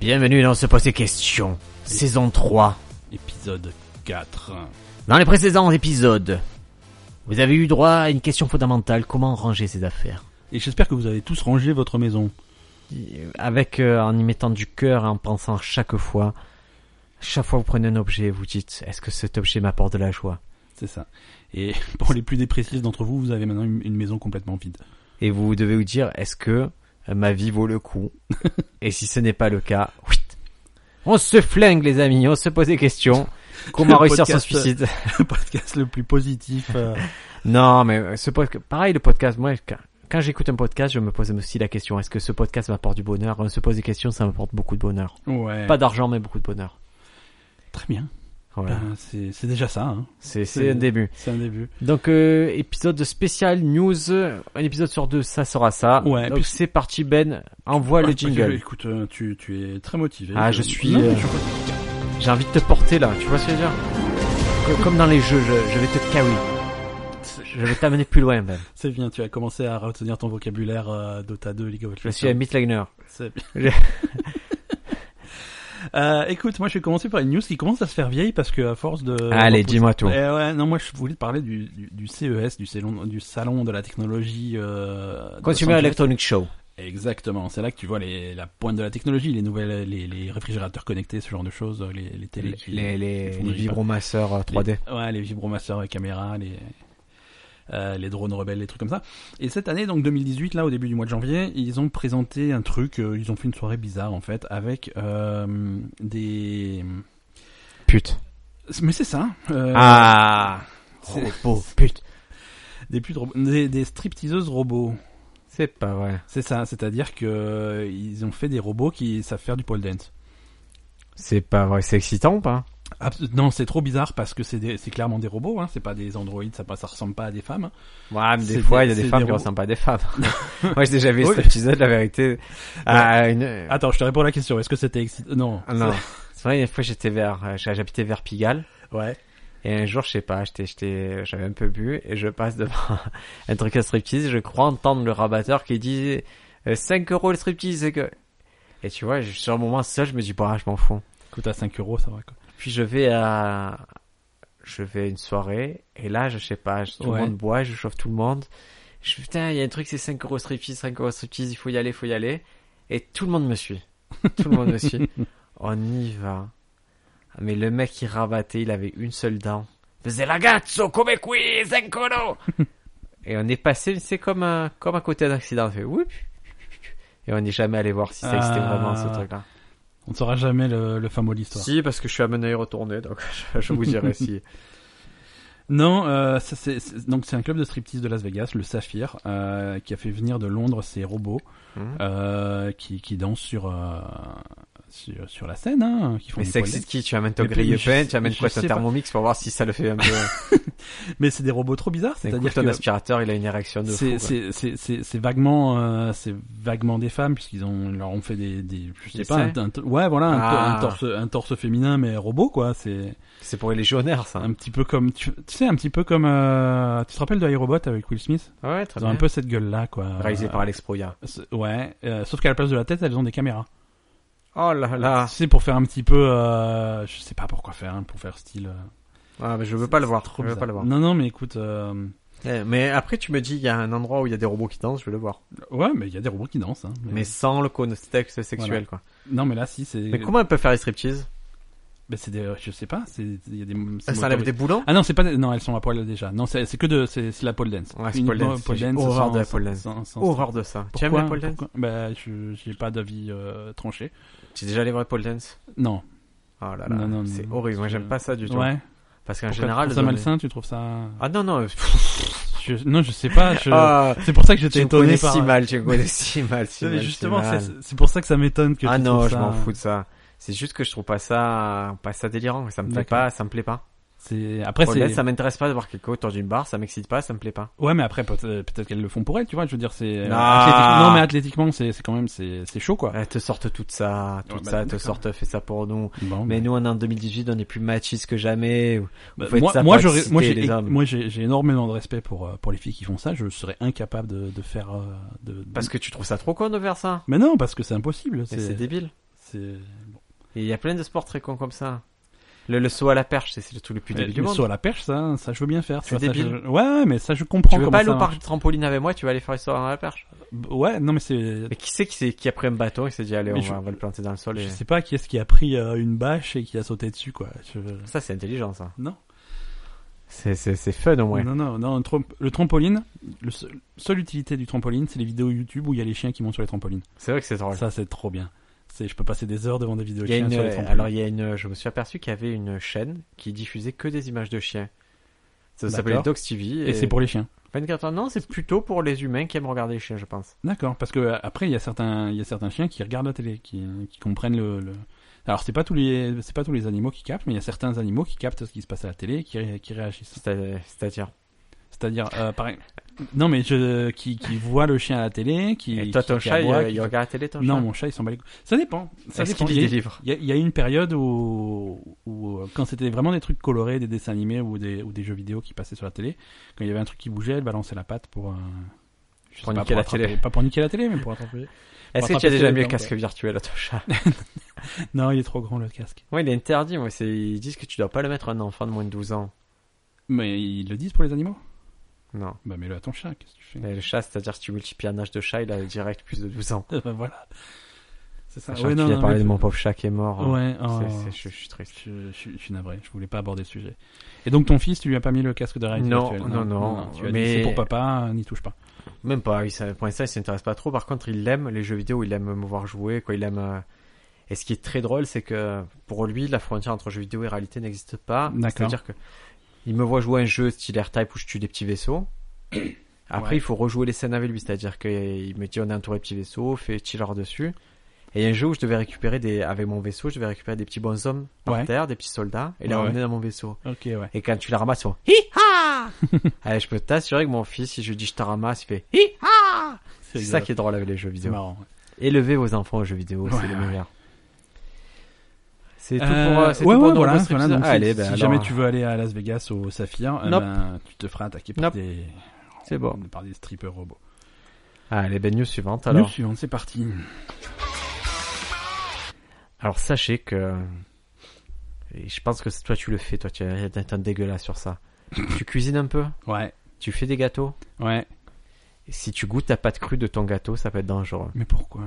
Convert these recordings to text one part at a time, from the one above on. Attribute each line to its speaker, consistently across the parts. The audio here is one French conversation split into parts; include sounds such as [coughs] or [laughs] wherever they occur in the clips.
Speaker 1: Bienvenue dans ce Posé Question, saison 3.
Speaker 2: épisode 4.
Speaker 1: Dans les précédents épisodes, vous avez eu droit à une question fondamentale, comment ranger ses affaires
Speaker 2: Et j'espère que vous avez tous rangé votre maison.
Speaker 1: Euh, Avec, euh, en y mettant du cœur, en pensant chaque fois, chaque fois que vous prenez un objet, vous dites, est-ce que cet objet m'apporte de la joie
Speaker 2: C'est ça. Et [laughs] pour les plus dépressifs d'entre vous, vous avez maintenant une une maison complètement [laughs] vide.
Speaker 1: Et vous devez vous dire, est-ce que euh, ma vie vaut le
Speaker 2: [laughs]
Speaker 1: coup Et si ce n'est pas le cas, oui. On se flingue les amis, on se pose des questions. Comment
Speaker 2: Le
Speaker 1: réussir son
Speaker 2: podcast,
Speaker 1: suicide
Speaker 2: Le podcast le plus positif. euh,
Speaker 1: Non, mais euh, ce podcast, pareil, le podcast, moi, quand, quand j'écoute un podcast, je me pose aussi la question, est-ce que ce podcast m'apporte du bonheur On se pose des questions, ça m'apporte beaucoup de bonheur.
Speaker 2: [laughs] Ouais.
Speaker 1: Pas d'argent, mais beaucoup de bonheur.
Speaker 2: Très bien.
Speaker 1: Voilà.
Speaker 2: Ben, c'est c'est déjà ça. hein.
Speaker 1: C'est, c'est
Speaker 2: c'est-
Speaker 1: un début.
Speaker 2: C'est un début.
Speaker 1: Donc, euh, épisode spécial news, euh, un épisode sur deux, ça sera ça.
Speaker 2: Ouais,
Speaker 1: Donc,
Speaker 2: puis-
Speaker 1: c'est parti, Ben, envoie
Speaker 2: Ouais,
Speaker 1: le
Speaker 2: parce que,
Speaker 1: jingle.
Speaker 2: Écoute, euh, tu, tu es très motivé.
Speaker 1: Ah, je suis,
Speaker 2: Non,
Speaker 1: euh,
Speaker 2: mais je-
Speaker 1: J'ai envie de te porter là, tu vois ce que je veux dire Co- Comme dans les jeux, je, je vais te carry. Je vais t'amener plus loin, Ben.
Speaker 2: C'est bien, tu as commencé à retenir ton vocabulaire euh, Dota 2, League of Legends.
Speaker 1: Je suis un midliner.
Speaker 2: C'est bien.
Speaker 1: Je-
Speaker 2: [laughs] Euh, écoute, moi je vais commencer par une news qui commence à se faire vieille parce que à force de.
Speaker 1: Allez,
Speaker 2: repousser-
Speaker 1: dis-moi tout.
Speaker 2: Eh ouais, non, moi je voulais te parler du, du, du CES, du salon, du salon de la technologie. Euh, de
Speaker 1: Consumer
Speaker 2: Los Angeles.
Speaker 1: Electronic Show.
Speaker 2: Exactement, c'est là que tu vois les, la pointe de la technologie, les nouvelles, les, les réfrigérateurs connectés, ce genre de choses, les, les télés.
Speaker 1: Les,
Speaker 2: qui-
Speaker 1: les, les,
Speaker 2: qui fournissent pas.
Speaker 1: vibromasseurs euh, 3D.
Speaker 2: les- ouais, les vibromasseurs et caméras, les, euh, les drones rebelles, les trucs comme ça. Et cette année, donc 2018, là, au début du mois de janvier, ils ont présenté un truc, euh, ils ont fait une soirée bizarre, en fait, avec euh, des...
Speaker 1: Pute.
Speaker 2: Mais c'est ça. euh,
Speaker 1: Ah
Speaker 2: c'est-
Speaker 1: Robot, pute.
Speaker 2: Des, putes robots- des, des stripteaseuses robots.
Speaker 1: C'est pas vrai.
Speaker 2: C'est ça, c'est-à-dire que euh, ils ont fait des robots qui savent faire du pole dance.
Speaker 1: C'est pas vrai. C'est excitant ou pas
Speaker 2: Abs- non, c'est trop bizarre parce que c'est des- c'est clairement des robots, hein, c'est pas des androïdes, ça, pas- ça ressemble pas à des femmes. hein.
Speaker 1: Ouais, mais des
Speaker 2: C'est
Speaker 1: fois,
Speaker 2: des-
Speaker 1: il y a des
Speaker 2: c'est
Speaker 1: femmes
Speaker 2: des
Speaker 1: qui
Speaker 2: robots.
Speaker 1: ressemblent pas à des femmes. [laughs] Moi, j'ai déjà vu
Speaker 2: Oui.
Speaker 1: cet épisode, la vérité. Ah, une...
Speaker 2: Attends, je te réponds à la question, est-ce que c'était excitant Non.
Speaker 1: ah, non. C'est vrai, une fois, j'étais vers, euh, j'habitais vers Pigalle.
Speaker 2: Ouais.
Speaker 1: Et un jour, je sais pas, j'étais, j'étais, j'avais un peu bu et je passe devant [laughs] un truc à striptease. Je crois entendre le rabatteur qui dit euh, 5 euros le striptease. c'est que... Et tu vois, je- sur le moment seul, je me dis, bah, je m'en fous.
Speaker 2: Coûte à 5 euros, ça va quoi.
Speaker 1: Puis je vais à, je vais à une soirée et là, je sais pas, je- tout
Speaker 2: Ouais.
Speaker 1: le monde boit, je chauffe tout le monde. Je putain, il y a un truc, c'est 5 euros striptease, 5 euros striptease, il faut y aller, il faut y aller. Et tout le monde me
Speaker 2: [laughs]
Speaker 1: suit. Tout le monde me suit. On y va. Mais le mec qui rabattait, il avait une seule dent. Il Faisait ragazzo come qui, 5
Speaker 2: [laughs]
Speaker 1: euros. Et on est passé, c'est comme un, comme à côté d'un accident. On fait whoop. Et on n'est jamais allé voir si ça existait
Speaker 2: Ah.
Speaker 1: vraiment ce truc-là.
Speaker 2: On ne saura jamais le, le fin mot de l'histoire.
Speaker 1: Si, parce que je suis à mon œil retourné, donc [laughs] je, je vous dirai
Speaker 2: [laughs]
Speaker 1: si.
Speaker 2: Non, euh, ça, c'est- c'est- donc c'est un club de striptease de Las Vegas, le Saphir, euh, qui a fait venir de Londres ses robots
Speaker 1: Mhm.
Speaker 2: euh, qui, qui dansent sur, euh, sur, sur la scène, hein, qui font
Speaker 1: Mais
Speaker 2: du
Speaker 1: ça
Speaker 2: pole
Speaker 1: existe qui Tu amènes ton
Speaker 2: Mais puis, je
Speaker 1: grille-pain,
Speaker 2: sais-
Speaker 1: tu amènes
Speaker 2: je
Speaker 1: quoi ton
Speaker 2: sais pas.
Speaker 1: thermomix pour voir si ça le fait un peu.
Speaker 2: dance. Mais c'est des robots trop bizarres,
Speaker 1: C'est-à-dire
Speaker 2: [laughs] c'est-à-dire
Speaker 1: ton
Speaker 2: que
Speaker 1: aspirateur, il a une érection de fou.
Speaker 2: c'est-
Speaker 1: quoi.
Speaker 2: c'est c'est- c'est- c'est vaguement euh, c'est vaguement des femmes puisqu'ils ont leur ont fait des, des je sais
Speaker 1: Des
Speaker 2: pas un,
Speaker 1: seins.
Speaker 2: un- ouais voilà un, to-
Speaker 1: Ah.
Speaker 2: un torse un torse féminin mais robot quoi c'est
Speaker 1: C'est pour les légionnaires, ça.
Speaker 2: un petit peu comme tu, tu sais un petit peu comme euh, tu te rappelles de iRobot avec Will Smith
Speaker 1: Ouais, très
Speaker 2: Elles ont
Speaker 1: bien.
Speaker 2: un peu cette gueule-là, quoi.
Speaker 1: Réalisé
Speaker 2: Euh,
Speaker 1: par Alex Proya.
Speaker 2: c'est- Ouais, euh, sauf qu'à la place de la tête, elles ont des caméras.
Speaker 1: Oh là là.
Speaker 2: C'est pour faire un petit peu, euh, je sais pas pourquoi faire, hein, pour faire style. euh,
Speaker 1: Ah, mais je veux pas le voir. je
Speaker 2: trop
Speaker 1: veux
Speaker 2: bizarre.
Speaker 1: pas le voir.
Speaker 2: Non, non, mais écoute, euh,
Speaker 1: Eh, Mais après, tu me dis, il y a un endroit où il y a des robots qui dansent, je vais le voir.
Speaker 2: ouais, mais il y a des robots qui dansent. Hein,
Speaker 1: Mais sans le contexte sexuel, quoi.
Speaker 2: Non, mais là, si, c'est.
Speaker 1: Mais comment elle peut faire les striptease
Speaker 2: mais c'est des, je sais pas, c'est, il y a des. c'est
Speaker 1: Elle s'enlève des
Speaker 2: motorisé.
Speaker 1: boulons
Speaker 2: Ah non, c'est pas, des- non, elles sont à poil déjà. Non, c'est, c'est que de, c'est, c'est la pole dance.
Speaker 1: Ouais, c'est pole
Speaker 2: Uniquement
Speaker 1: dance. J'ai horreur de la pole dance.
Speaker 2: sans- sans-
Speaker 1: Horreur de ça. Tu aimes
Speaker 2: Pourquoi-
Speaker 1: la pole dance
Speaker 2: pourquoi Bah, je, j'ai pas d'avis euh, tranché.
Speaker 1: Tu es déjà allé voir la pole dance
Speaker 2: Non.
Speaker 1: Oh là
Speaker 2: Non, non,
Speaker 1: là. C'est
Speaker 2: non.
Speaker 1: horrible. Moi, j'aime pas ça du tout.
Speaker 2: Ouais.
Speaker 1: Parce qu'en
Speaker 2: Pourquoi
Speaker 1: général.
Speaker 2: tu trouves ça
Speaker 1: dans les-
Speaker 2: malsain, tu trouves ça
Speaker 1: Ah non, non. pff,
Speaker 2: Je- non, je sais pas. Je...
Speaker 1: [laughs] ah,
Speaker 2: C'est pour ça que j'étais
Speaker 1: tu me
Speaker 2: étonné
Speaker 1: connais
Speaker 2: par.
Speaker 1: si mal, tu me connais si
Speaker 2: [laughs]
Speaker 1: mal, si
Speaker 2: Non, mais
Speaker 1: mal, si
Speaker 2: justement,
Speaker 1: mal.
Speaker 2: c'est c'est pour ça que ça m'étonne que.
Speaker 1: Ah
Speaker 2: tu
Speaker 1: non,
Speaker 2: trouves
Speaker 1: je
Speaker 2: ça-
Speaker 1: m'en fous de ça. C'est juste que je trouve pas ça, pas ça délirant. Ça me plaît
Speaker 2: D'accord.
Speaker 1: pas, ça me plaît pas.
Speaker 2: C'est après
Speaker 1: Honnête,
Speaker 2: c'est.
Speaker 1: ça m'intéresse pas de voir quelqu'un autour d'une barre, ça m'excite pas, ça me plaît pas.
Speaker 2: Ouais, mais après peut- peut-être qu'elles le font pour elles, tu vois. Je veux dire, c'est. euh,
Speaker 1: Ah.
Speaker 2: athlétiquement- Non, mais athlétiquement, c'est c'est quand même c'est c'est chaud quoi.
Speaker 1: Elles te sortent tout ça, tout
Speaker 2: Ouais, bah,
Speaker 1: ça, elles te
Speaker 2: d'accord.
Speaker 1: sortent, fais ça pour nous.
Speaker 2: Bon,
Speaker 1: Mais nous, on est en 2018, on est plus machistes que jamais.
Speaker 2: bah,
Speaker 1: vous faites
Speaker 2: moi,
Speaker 1: ça
Speaker 2: moi,
Speaker 1: pour
Speaker 2: j'aurais- moi,
Speaker 1: exciter
Speaker 2: j'ai
Speaker 1: les hommes.
Speaker 2: moi j'ai j'ai énormément de respect pour euh, pour les filles qui font ça. Je serais incapable de de faire euh, de.
Speaker 1: Parce que tu trouves ça trop con de faire ça.
Speaker 2: Mais non, parce que c'est impossible.
Speaker 1: Mais c'est
Speaker 2: C'est
Speaker 1: débile.
Speaker 2: C'est bon.
Speaker 1: Et il y a plein de sports très cons comme ça. Le, le saut à la perche, c'est- c'est le truc le plus
Speaker 2: Mais
Speaker 1: débile du
Speaker 2: le
Speaker 1: monde.
Speaker 2: saut à la perche, ça, ça je veux bien faire. tu
Speaker 1: C'est
Speaker 2: vois, ça,
Speaker 1: débile.
Speaker 2: je- Ouais, mais ça je
Speaker 1: Tu
Speaker 2: comprends.
Speaker 1: veux
Speaker 2: comment
Speaker 1: pas aller
Speaker 2: ça
Speaker 1: au parc de trampoline avec moi, tu vas aller faire le saut à la perche.
Speaker 2: marche. Ouais, non mais c'est.
Speaker 1: Mais qui c'est qui, s'est- qui a pris un bâton et qui s'est dit allez,
Speaker 2: Mais
Speaker 1: on,
Speaker 2: je-
Speaker 1: va, on va le planter dans le sol et...
Speaker 2: Je sais pas qui est-ce qui a pris euh, une bâche et qui a sauté dessus quoi. Je-
Speaker 1: Ça, c'est intelligent, ça.
Speaker 2: Non.
Speaker 1: C'est, c'est, c'est fun au moins.
Speaker 2: Non non non. Le, trom- le trampoline, le seul- seule utilité du trampoline, c'est les vidéos YouTube où il y a les chiens qui montent sur les trampolines.
Speaker 1: C'est vrai que c'est drôle.
Speaker 2: Ça c'est trop bien. C'est je peux passer des heures devant des vidéos
Speaker 1: Il y a
Speaker 2: chiens
Speaker 1: une, euh,
Speaker 2: sur les trampolines.
Speaker 1: alors il y a une, je me suis aperçu qu'il y avait une chaîne qui diffusait que des images de chiens. Ça
Speaker 2: D'accord.
Speaker 1: s'appelait Dogs TV.
Speaker 2: Et c'est pour les chiens.
Speaker 1: 24 ans. Non, c'est plutôt pour les humains qui aiment regarder les chiens, je pense.
Speaker 2: D'accord, parce que euh, après il y a certains il y a certains chiens qui regardent la télé, qui, qui comprennent le, le- Alors c'est pas tous les c'est pas tous les animaux qui captent, mais il y a certains animaux qui captent ce qui se passe à la télé et qui, ré- qui réagissent.
Speaker 1: C'est- C'est-à-dire.
Speaker 2: C'est-à-dire euh, pareil. Non mais je qui, qui voit le chien à la télé, qui
Speaker 1: Et toi,
Speaker 2: qui-
Speaker 1: ton
Speaker 2: qui
Speaker 1: chat, il,
Speaker 2: aboie,
Speaker 1: euh,
Speaker 2: qui-
Speaker 1: il regarde la télé, ton
Speaker 2: Non,
Speaker 1: chat
Speaker 2: mon chat il s'en bat les couilles. Ça dépend. Ça
Speaker 1: Est-ce
Speaker 2: dépend.
Speaker 1: qu'il
Speaker 2: Il
Speaker 1: lit
Speaker 2: y a-
Speaker 1: des livres
Speaker 2: il y, a, il y a une période où, où, euh, quand c'était vraiment des trucs colorés, des dessins animés ou des, ou des jeux vidéo qui passaient sur la télé, quand il y avait un truc qui bougeait, elle balançait la patte pour, euh, je sais
Speaker 1: Pour
Speaker 2: pas,
Speaker 1: niquer la
Speaker 2: attraper-
Speaker 1: télé.
Speaker 2: Pas pour niquer la télé, mais pour attraper.
Speaker 1: Est-ce que
Speaker 2: rattraper
Speaker 1: tu as
Speaker 2: ses
Speaker 1: déjà mis le
Speaker 2: dents,
Speaker 1: casque virtuel à ton chat
Speaker 2: [laughs] Non, il est trop grand le casque.
Speaker 1: Ouais, il est interdit. Moi, c'est... Ils disent que tu dois pas le mettre à un enfant de moins de 12 ans.
Speaker 2: Mais ils le disent pour les animaux
Speaker 1: Non.
Speaker 2: Bah mets-le à ton chat, qu'est-ce que tu fais
Speaker 1: Mais le chat, c'est-à-dire si tu multiplies un âge de chat, il a direct plus de 12 ans.
Speaker 2: Euh, [laughs] bah, Voilà. C'est ça.
Speaker 1: Genre, tu viens parler
Speaker 2: mais-
Speaker 1: de mon pauvre chat qui est mort. hein.
Speaker 2: Ouais,
Speaker 1: C'est-
Speaker 2: oh,
Speaker 1: c'est- je, je suis triste.
Speaker 2: je, je suis- je suis navré, je voulais pas aborder le sujet. Et donc ton fils, tu lui as pas mis le casque de réalité
Speaker 1: Non,
Speaker 2: virtuelle,
Speaker 1: non, non,
Speaker 2: tu as
Speaker 1: mais-
Speaker 2: dit c'est pour papa, euh, n'y touche pas.
Speaker 1: Même pas, il, s'in- pour l'instant, il s'intéresse pas trop. Par contre, il aime les jeux vidéo, il aime me voir jouer, quoi. Il aime. euh, Et ce qui est très drôle, c'est que pour lui, la frontière entre jeux vidéo et réalité n'existe pas.
Speaker 2: D'accord.
Speaker 1: C'est-à-dire que il me voit jouer à un jeu style AirType où je tue des petits
Speaker 2: [coughs]
Speaker 1: vaisseaux. Après,
Speaker 2: Ouais.
Speaker 1: il faut rejouer les scènes avec lui, c'est-à-dire qu'il me dit on est entouré de petits vaisseaux, fais-il leur dessus. Et il y a un jeu où je devais récupérer des, avec mon vaisseau, je devais récérer des petits bonshommes par
Speaker 2: Ouais.
Speaker 1: terre, des petits soldats, et les
Speaker 2: Ouais,
Speaker 1: ramener dans mon vaisseau.
Speaker 2: Ok, ouais.
Speaker 1: Et quand tu la ramasses, ils font hi-ha [laughs] Allez, je peux t'assurer que mon fils, si je lui dis je te ramasse, il fait hi-ha [laughs] C'est ça
Speaker 2: rigolo.
Speaker 1: qui est drôle avec les jeux
Speaker 2: C'est
Speaker 1: vidéo.
Speaker 2: marrant.
Speaker 1: Élevez vos enfants aux jeux vidéo,
Speaker 2: Ouais,
Speaker 1: c'est le
Speaker 2: ouais.
Speaker 1: meilleur. C'est tout
Speaker 2: Euh,
Speaker 1: pour, euh, c'est
Speaker 2: ouais,
Speaker 1: tout pour
Speaker 2: ouais,
Speaker 1: nous,
Speaker 2: voilà,
Speaker 1: Ghost
Speaker 2: voilà,
Speaker 1: Recon.
Speaker 2: donc si,
Speaker 1: Allez,
Speaker 2: si
Speaker 1: ben alors,
Speaker 2: jamais tu veux aller à Las Vegas au Saphir, euh,
Speaker 1: Nope.
Speaker 2: ben, tu te feras attaquer par,
Speaker 1: Nope.
Speaker 2: des,
Speaker 1: C'est bon.
Speaker 2: par des strippers robots.
Speaker 1: Allez, ben news suivante
Speaker 2: Alors.
Speaker 1: alors.
Speaker 2: News suivante, c'est parti.
Speaker 1: Alors sachez que et je pense que c'est- toi tu le fais, toi tu as t'as un dégueulasse sur ça. tu cuisines un peu,
Speaker 2: Ouais,
Speaker 1: tu fais des gâteaux.
Speaker 2: ouais.
Speaker 1: Et Si tu goûtes la pâte crue de ton gâteau, ça peut être dangereux.
Speaker 2: Mais pourquoi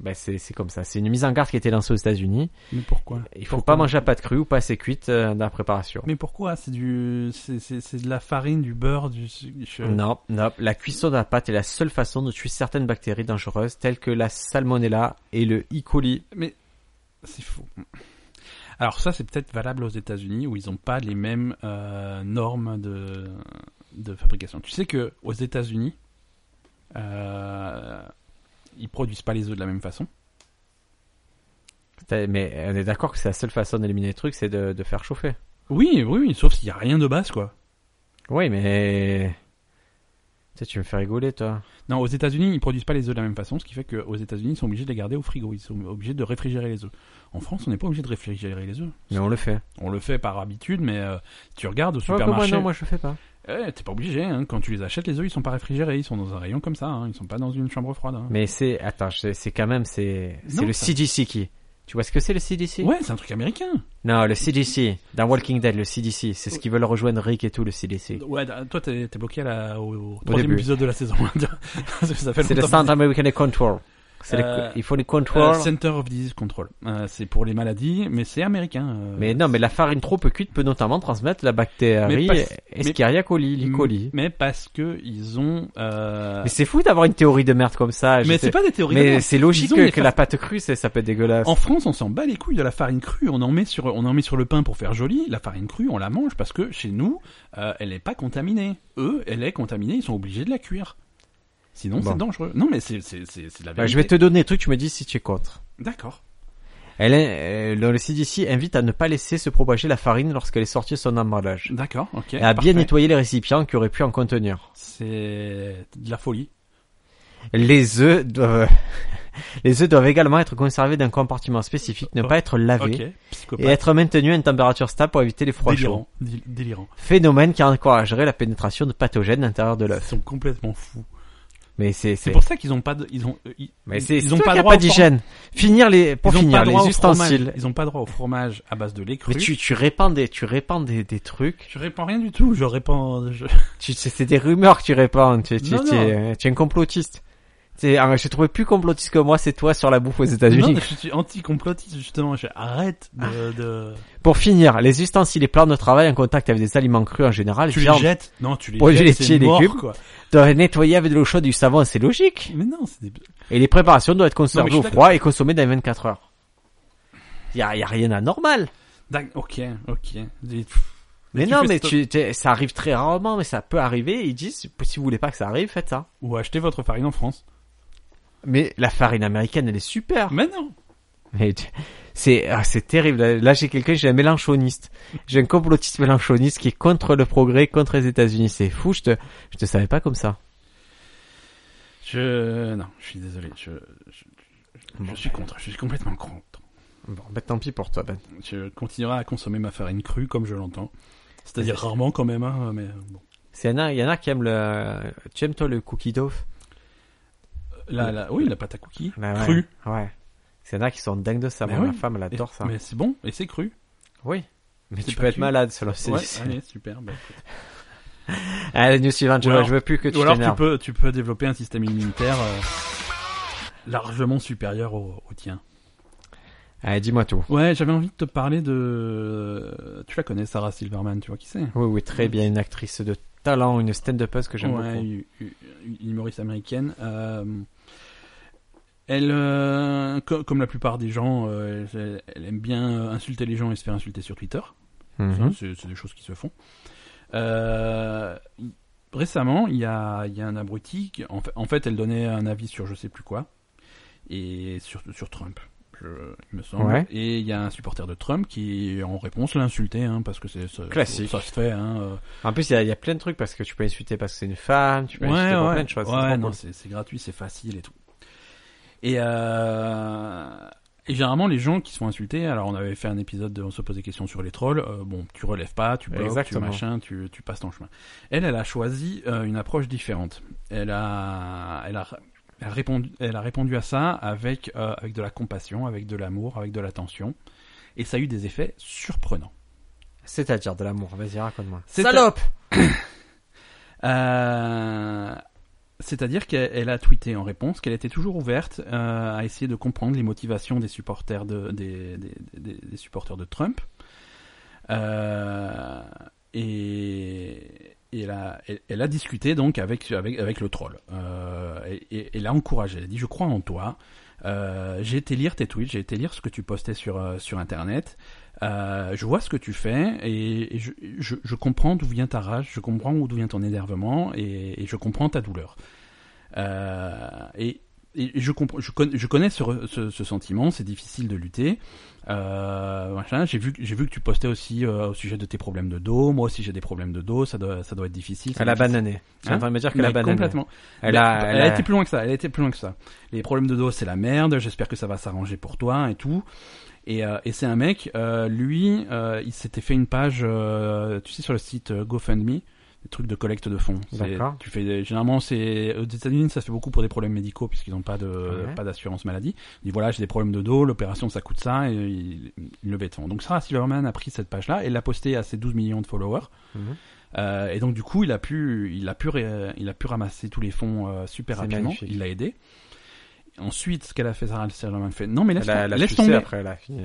Speaker 1: Ben c'est c'est comme ça. C'est une mise en garde qui a été lancée aux États-Unis.
Speaker 2: Mais pourquoi
Speaker 1: Il faut
Speaker 2: Pourquoi
Speaker 1: pas manger la pâte crue ou pas assez cuite euh, dans la préparation.
Speaker 2: Mais pourquoi C'est du, c'est, c'est, c'est de la farine, du beurre, du. du- je-
Speaker 1: Non, non, la cuisson de la pâte est la seule façon de tuer certaines bactéries dangereuses telles que la salmonella et le E. coli.
Speaker 2: C'est fou. Alors ça, c'est peut-être valable aux États-Unis où ils n'ont pas les mêmes euh, normes de, de fabrication. Tu sais que aux États-Unis, euh, ils produisent pas les œufs de la même façon.
Speaker 1: T'as- Mais on est d'accord que c'est la seule façon d'éliminer le truc, c'est de, de faire chauffer.
Speaker 2: Oui, oui, oui, sauf s'il n'y a rien de base, quoi.
Speaker 1: Oui, mais... Tu sais, tu me fais rigoler, toi.
Speaker 2: Non, aux États-Unis, ils produisent pas les œufs de la même façon, ce qui fait qu'aux États-Unis, ils sont obligés de les garder au frigo, ils sont obligés de réfrigérer les œufs. En France, on n'est pas obligé de réfrigérer les œufs.
Speaker 1: Mais on le fait.
Speaker 2: On le fait par habitude, mais euh, si tu regardes au
Speaker 1: moi,
Speaker 2: supermarché,
Speaker 1: non, moi, je le fais pas.
Speaker 2: eh, t'es pas obligé. hein. Quand tu les achètes, les œufs, ils sont pas réfrigérés, ils sont dans un rayon comme ça, hein. ils sont pas dans une chambre froide. hein.
Speaker 1: Mais c'est... Attends, c'est c'est quand même... C'est c'est
Speaker 2: Non,
Speaker 1: le
Speaker 2: ça-
Speaker 1: CDC qui... Tu vois ce que c'est le CDC
Speaker 2: Ouais, c'est un truc américain.
Speaker 1: Non, le CDC. Dans Walking Dead, le CDC. C'est ce qu'ils veulent rejoindre Rick et tout, le CDC.
Speaker 2: Ouais, d- toi, t'es t'es bloqué à la- au, au troisième
Speaker 1: début.
Speaker 2: épisode de la saison. [laughs] ça fait
Speaker 1: C'est le
Speaker 2: longtemps.
Speaker 1: Centre American Control. C'est le-
Speaker 2: Euh,
Speaker 1: Il faut les
Speaker 2: Euh,
Speaker 1: contrôles.
Speaker 2: Center of Disease Control. Euh, c'est pour les maladies, mais c'est américain. euh.
Speaker 1: Mais non, mais la farine trop peu cuite peut notamment transmettre la
Speaker 2: Mais
Speaker 1: bactérie
Speaker 2: parce-
Speaker 1: Escherichia coli, E. coli.
Speaker 2: Mais parce que ils ont. euh,
Speaker 1: Mais c'est fou d'avoir une théorie de merde comme ça. je
Speaker 2: Mais
Speaker 1: sais-
Speaker 2: c'est pas des théories. de
Speaker 1: Mais
Speaker 2: merde.
Speaker 1: c'est logique
Speaker 2: Ils ont
Speaker 1: que,
Speaker 2: des
Speaker 1: que la pâte crue, c'est- ça peut être dégueulasse.
Speaker 2: En France, on s'en bat les couilles de la farine crue. On en met sur, on en met sur le pain pour faire joli. La farine crue, on la mange parce que chez nous, euh, elle n'est pas contaminée. Eux, elle est contaminée. Ils sont obligés de la cuire. Sinon,
Speaker 1: Bon.
Speaker 2: c'est dangereux. Non, mais c'est, c'est, c'est, c'est de la
Speaker 1: Bah,
Speaker 2: vérité.
Speaker 1: je vais te donner le truc, tu me dis si tu es contre.
Speaker 2: D'accord.
Speaker 1: Elle est, euh, le le CDC invite à ne pas laisser se propager la farine lorsqu'elle est sortie de son emballage.
Speaker 2: D'accord. Ok.
Speaker 1: Et à
Speaker 2: parfait.
Speaker 1: bien nettoyer les récipients qui auraient pu en contenir.
Speaker 2: C'est de la folie.
Speaker 1: Les œufs doivent, [laughs] les œufs doivent également être conservés dans un compartiment spécifique, ne pas être lavés
Speaker 2: Ok.
Speaker 1: Ah et
Speaker 2: Psychopathe.
Speaker 1: être maintenus à une température stable pour éviter les froids chauds.
Speaker 2: délirant. Dé- délirant.
Speaker 1: phénomène qui encouragerait la pénétration de pathogènes à l'intérieur de
Speaker 2: Ils
Speaker 1: l'œuf.
Speaker 2: sont complètement fous.
Speaker 1: Mais c'est
Speaker 2: C'est pour ça qu'ils ont pas de, ils ont euh, ils,
Speaker 1: mais
Speaker 2: ils-
Speaker 1: c'est
Speaker 2: ils
Speaker 1: c'est
Speaker 2: ont
Speaker 1: toi
Speaker 2: pas
Speaker 1: qui as
Speaker 2: droit
Speaker 1: pas
Speaker 2: au
Speaker 1: d'hygiène. Finir les pour
Speaker 2: ils ont
Speaker 1: finir
Speaker 2: pas droit
Speaker 1: les
Speaker 2: au fromage.
Speaker 1: ustensiles.
Speaker 2: Ils ont pas droit au fromage à base de lait cru.
Speaker 1: Mais tu tu répands des tu répands des des trucs.
Speaker 2: Je répands rien du tout. Je répands. je-
Speaker 1: Tu c'est c'est des rumeurs que tu répands. Tu tu,
Speaker 2: Non,
Speaker 1: tu es tu es un complotiste. C'est ah, j'ai trouvé plus complotiste que moi, c'est toi sur la bouffe aux États-Unis.
Speaker 2: Non, je suis anti-complotiste justement. Je arrête
Speaker 1: Ah.
Speaker 2: de. de-
Speaker 1: Pour finir, les ustensiles et plans de travail en contact avec des aliments crus en général,
Speaker 2: Tu les
Speaker 1: viande,
Speaker 2: jettes. Non, tu les
Speaker 1: Bon, je les
Speaker 2: jettes. C'est
Speaker 1: tiens, les
Speaker 2: mort,
Speaker 1: cubes.
Speaker 2: quoi.
Speaker 1: doivent être nettoyés avec de l'eau chaude et du savon, c'est logique.
Speaker 2: Mais non, c'est des...
Speaker 1: Et les préparations doivent être conservées
Speaker 2: je suis
Speaker 1: au froid et consommées dans les 24 heures. Il y a, y a rien d'anormal.
Speaker 2: D'ac- Ok, ok. Des-
Speaker 1: Mais
Speaker 2: tu
Speaker 1: non,
Speaker 2: fais
Speaker 1: mais
Speaker 2: stop.
Speaker 1: tu, tu- ça arrive très rarement, mais ça peut arriver. Ils disent, si vous voulez pas que ça arrive, faites ça.
Speaker 2: Ou achetez votre farine en France.
Speaker 1: Mais la farine américaine, elle est super.
Speaker 2: Mais non.
Speaker 1: Mais tu- c'est, ah, c'est terrible. Là, j'ai quelqu'un, j'ai un mélanchoniste. J'ai un complotiste mélanchoniste qui est contre le progrès, contre les États-Unis. C'est fou, je te, je te savais pas comme ça.
Speaker 2: Je non, je suis désolé. Je je, je
Speaker 1: Bon.
Speaker 2: suis contre. Je suis complètement contre.
Speaker 1: Bon, bah tant pis pour toi, Ben.
Speaker 2: Je continuerai à consommer ma farine crue comme je l'entends. C'est-à-dire rarement quand même, hein, mais bon.
Speaker 1: C'est, il y en a- il y en a qui aiment le, tu aimes toi le cookie dough?
Speaker 2: La, la- oui, la pâte à cookies,
Speaker 1: Bah ouais.
Speaker 2: crue.
Speaker 1: Ouais. C'est là qui sont dingues de ça.
Speaker 2: Mais
Speaker 1: Moi,
Speaker 2: Ben oui.
Speaker 1: ma femme, elle
Speaker 2: Et-
Speaker 1: adore ça.
Speaker 2: Mais c'est bon, et c'est cru.
Speaker 1: Oui. Mais
Speaker 2: C'est
Speaker 1: tu
Speaker 2: pas
Speaker 1: peux être
Speaker 2: cuit.
Speaker 1: malade selon ces
Speaker 2: Ouais, allez, super. bah, écoute.
Speaker 1: Allez, news suivante. Je,
Speaker 2: Ou alors-
Speaker 1: je veux plus que tu
Speaker 2: Ou alors tu
Speaker 1: t'énerves.
Speaker 2: peux, tu peux développer un système immunitaire euh, largement supérieur au, au tien.
Speaker 1: Allez, dis-moi tout.
Speaker 2: Ouais, j'avais envie de te parler de... Tu la connais, Sarah Silverman, tu vois qui c'est
Speaker 1: Oui, oui, très bien. Une actrice de talent, une stand-up que j'aime
Speaker 2: Ouais,
Speaker 1: beaucoup.
Speaker 2: u- u- une humoriste américaine. Euh, elle, euh, co- comme la plupart des gens, euh, elle, elle aime bien euh, insulter les gens et se faire insulter sur Twitter.
Speaker 1: Mhm.
Speaker 2: Ça, C'est c'est des choses qui se font. Euh, récemment, il y a, il y a un abruti. qui- en, fait, en fait, elle donnait un avis sur je sais plus quoi. Et sur, sur Trump, je- il me semble.
Speaker 1: Ouais.
Speaker 2: Et il y a un supporter de Trump qui, en réponse, l'a insulté. hein, parce que c'est ça-
Speaker 1: Classique.
Speaker 2: Ça, se fait. Hein, euh,
Speaker 1: En plus, il y, a- il y a plein de trucs parce que tu peux insulter parce que c'est une femme, tu peux insulter pour plein de choses. c'est
Speaker 2: ouais,
Speaker 1: trop
Speaker 2: non,
Speaker 1: cool.
Speaker 2: c'est c'est gratuit, c'est facile et tout. Et, euh, et généralement, les gens qui se font insulter, alors on avait fait un épisode de On se pose des questions sur les trolls, euh, bon, tu relèves pas, tu bloques,
Speaker 1: Exactement.
Speaker 2: tu machin, tu, tu passes ton chemin. Elle, elle a choisi euh, une approche différente. Elle a, elle a, elle a répondu, elle a répondu à ça avec, euh, avec de la compassion, avec de l'amour, avec de l'attention. Et ça a eu des effets surprenants.
Speaker 1: C'est-à-dire de l'amour. Vas-y, raconte-moi.
Speaker 2: C'est-
Speaker 1: Salope!
Speaker 2: Euh, C'est-à-dire qu'elle elle a tweeté en réponse qu'elle était toujours ouverte euh, à essayer de comprendre les motivations des supporters de, des, des- des- des supporters de Trump. Euh, et et elle, a, elle, elle a discuté donc avec, avec, avec le troll. Euh, et, et elle l'a encouragé. Elle a dit Je crois en toi. Euh, j'ai été lire tes tweets, j'ai été lire ce que tu postais sur, euh, sur Internet. Euh, je vois ce que tu fais et, et je, je- je comprends d'où vient ta rage, je comprends d'où vient ton énervement et, et je comprends ta douleur. Euh, et et je, comprends, je, con- je connais ce, re- ce- ce sentiment, c'est difficile de lutter. Euh, machin, j'ai vu, que- j'ai vu que tu postais aussi euh, au sujet de tes problèmes de dos. Moi aussi j'ai des problèmes de dos, ça doit, ça doit être difficile. ça
Speaker 1: Elle a
Speaker 2: doit être
Speaker 1: banané. Tu es
Speaker 2: Hein
Speaker 1: en train de me dire
Speaker 2: mais
Speaker 1: qu'elle a banané.
Speaker 2: complètement.
Speaker 1: Elle
Speaker 2: Mais-
Speaker 1: a, Bah, elle a-
Speaker 2: été plus loin que ça. Elle a été plus loin que ça. Les problèmes de dos, c'est la merde. J'espère que ça va s'arranger pour toi et tout. Et, euh, et c'est un mec, euh, lui, euh, il s'était fait une page, euh, tu sais, sur le site euh, GoFundMe, des trucs de collecte de fonds. C'est-
Speaker 1: D'accord.
Speaker 2: Tu fais généralement, c'est aux États-Unis, ça se fait beaucoup pour des problèmes médicaux puisqu'ils n'ont pas de
Speaker 1: Ouais.
Speaker 2: pas d'assurance maladie. Il dit voilà, j'ai des problèmes de dos, l'opération ça coûte ça, et il, il levait de fonds. Donc Sarah Silverman a pris cette page-là et l'a postée à ses 12 millions de followers.
Speaker 1: Mhm.
Speaker 2: Euh, et donc du coup, il a pu, il a pu, ré- il a pu ramasser tous les fonds euh, super
Speaker 1: C'est
Speaker 2: rapidement.
Speaker 1: magnifique.
Speaker 2: Il l'a aidé. Ensuite, ce qu'elle a fait, Sarah Silverman fait. Non, mais laisse,
Speaker 1: Elle a, elle a
Speaker 2: laisse
Speaker 1: sucé
Speaker 2: tomber.
Speaker 1: après, elle a fini.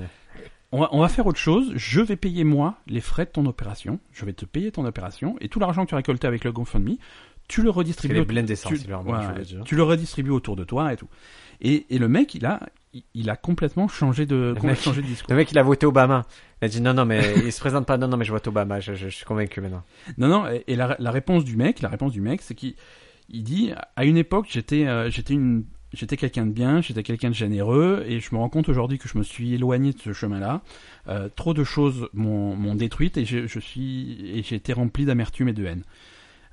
Speaker 2: On va, on va faire autre chose. Je vais payer moi les frais de ton opération. Je vais te payer ton opération et tout l'argent que tu as récolté avec le GoFundMe, tu le
Speaker 1: Elle
Speaker 2: redistribues.
Speaker 1: est
Speaker 2: au-
Speaker 1: blindée
Speaker 2: tu,
Speaker 1: sensiblement,
Speaker 2: ouais,
Speaker 1: je veux dire.
Speaker 2: tu le redistribues autour de toi et tout. Et, et le mec, il a, il- il a complètement changé de, complètement
Speaker 1: mec-
Speaker 2: changé de discours.
Speaker 1: Le mec, il a voté Obama. Il a dit non, non, mais il se présente pas. Non, non, mais je vote Obama. Je, je- je suis convaincu maintenant.
Speaker 2: Non, non. Et, et la, la réponse du mec, la réponse du mec, c'est qu'il il dit à une époque j'étais euh, j'étais une j'étais quelqu'un de bien, j'étais quelqu'un de généreux et je me rends compte aujourd'hui que je me suis éloigné de ce chemin-là. Euh, trop de choses m'ont m'ont détruite et je, je suis et j'ai été rempli d'amertume et de haine.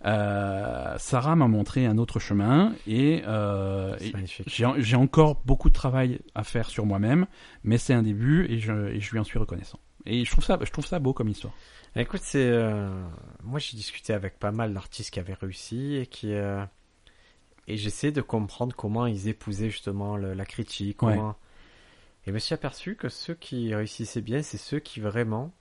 Speaker 2: Euh, Sarah m'a montré un autre chemin et, euh,
Speaker 1: C'est
Speaker 2: et-
Speaker 1: magnifique.
Speaker 2: j'ai j'ai encore beaucoup de travail à faire sur moi-même, mais c'est un début et je, et je lui en suis reconnaissant. Et je trouve ça, je trouve ça beau comme histoire.
Speaker 1: Écoute, c'est euh, moi j'ai discuté avec pas mal d'artistes qui avaient réussi et qui euh, Et j'essayais de comprendre comment ils épousaient justement le- la critique. Comment... Et je me suis aperçu que ceux qui réussissaient bien, c'est ceux qui vraiment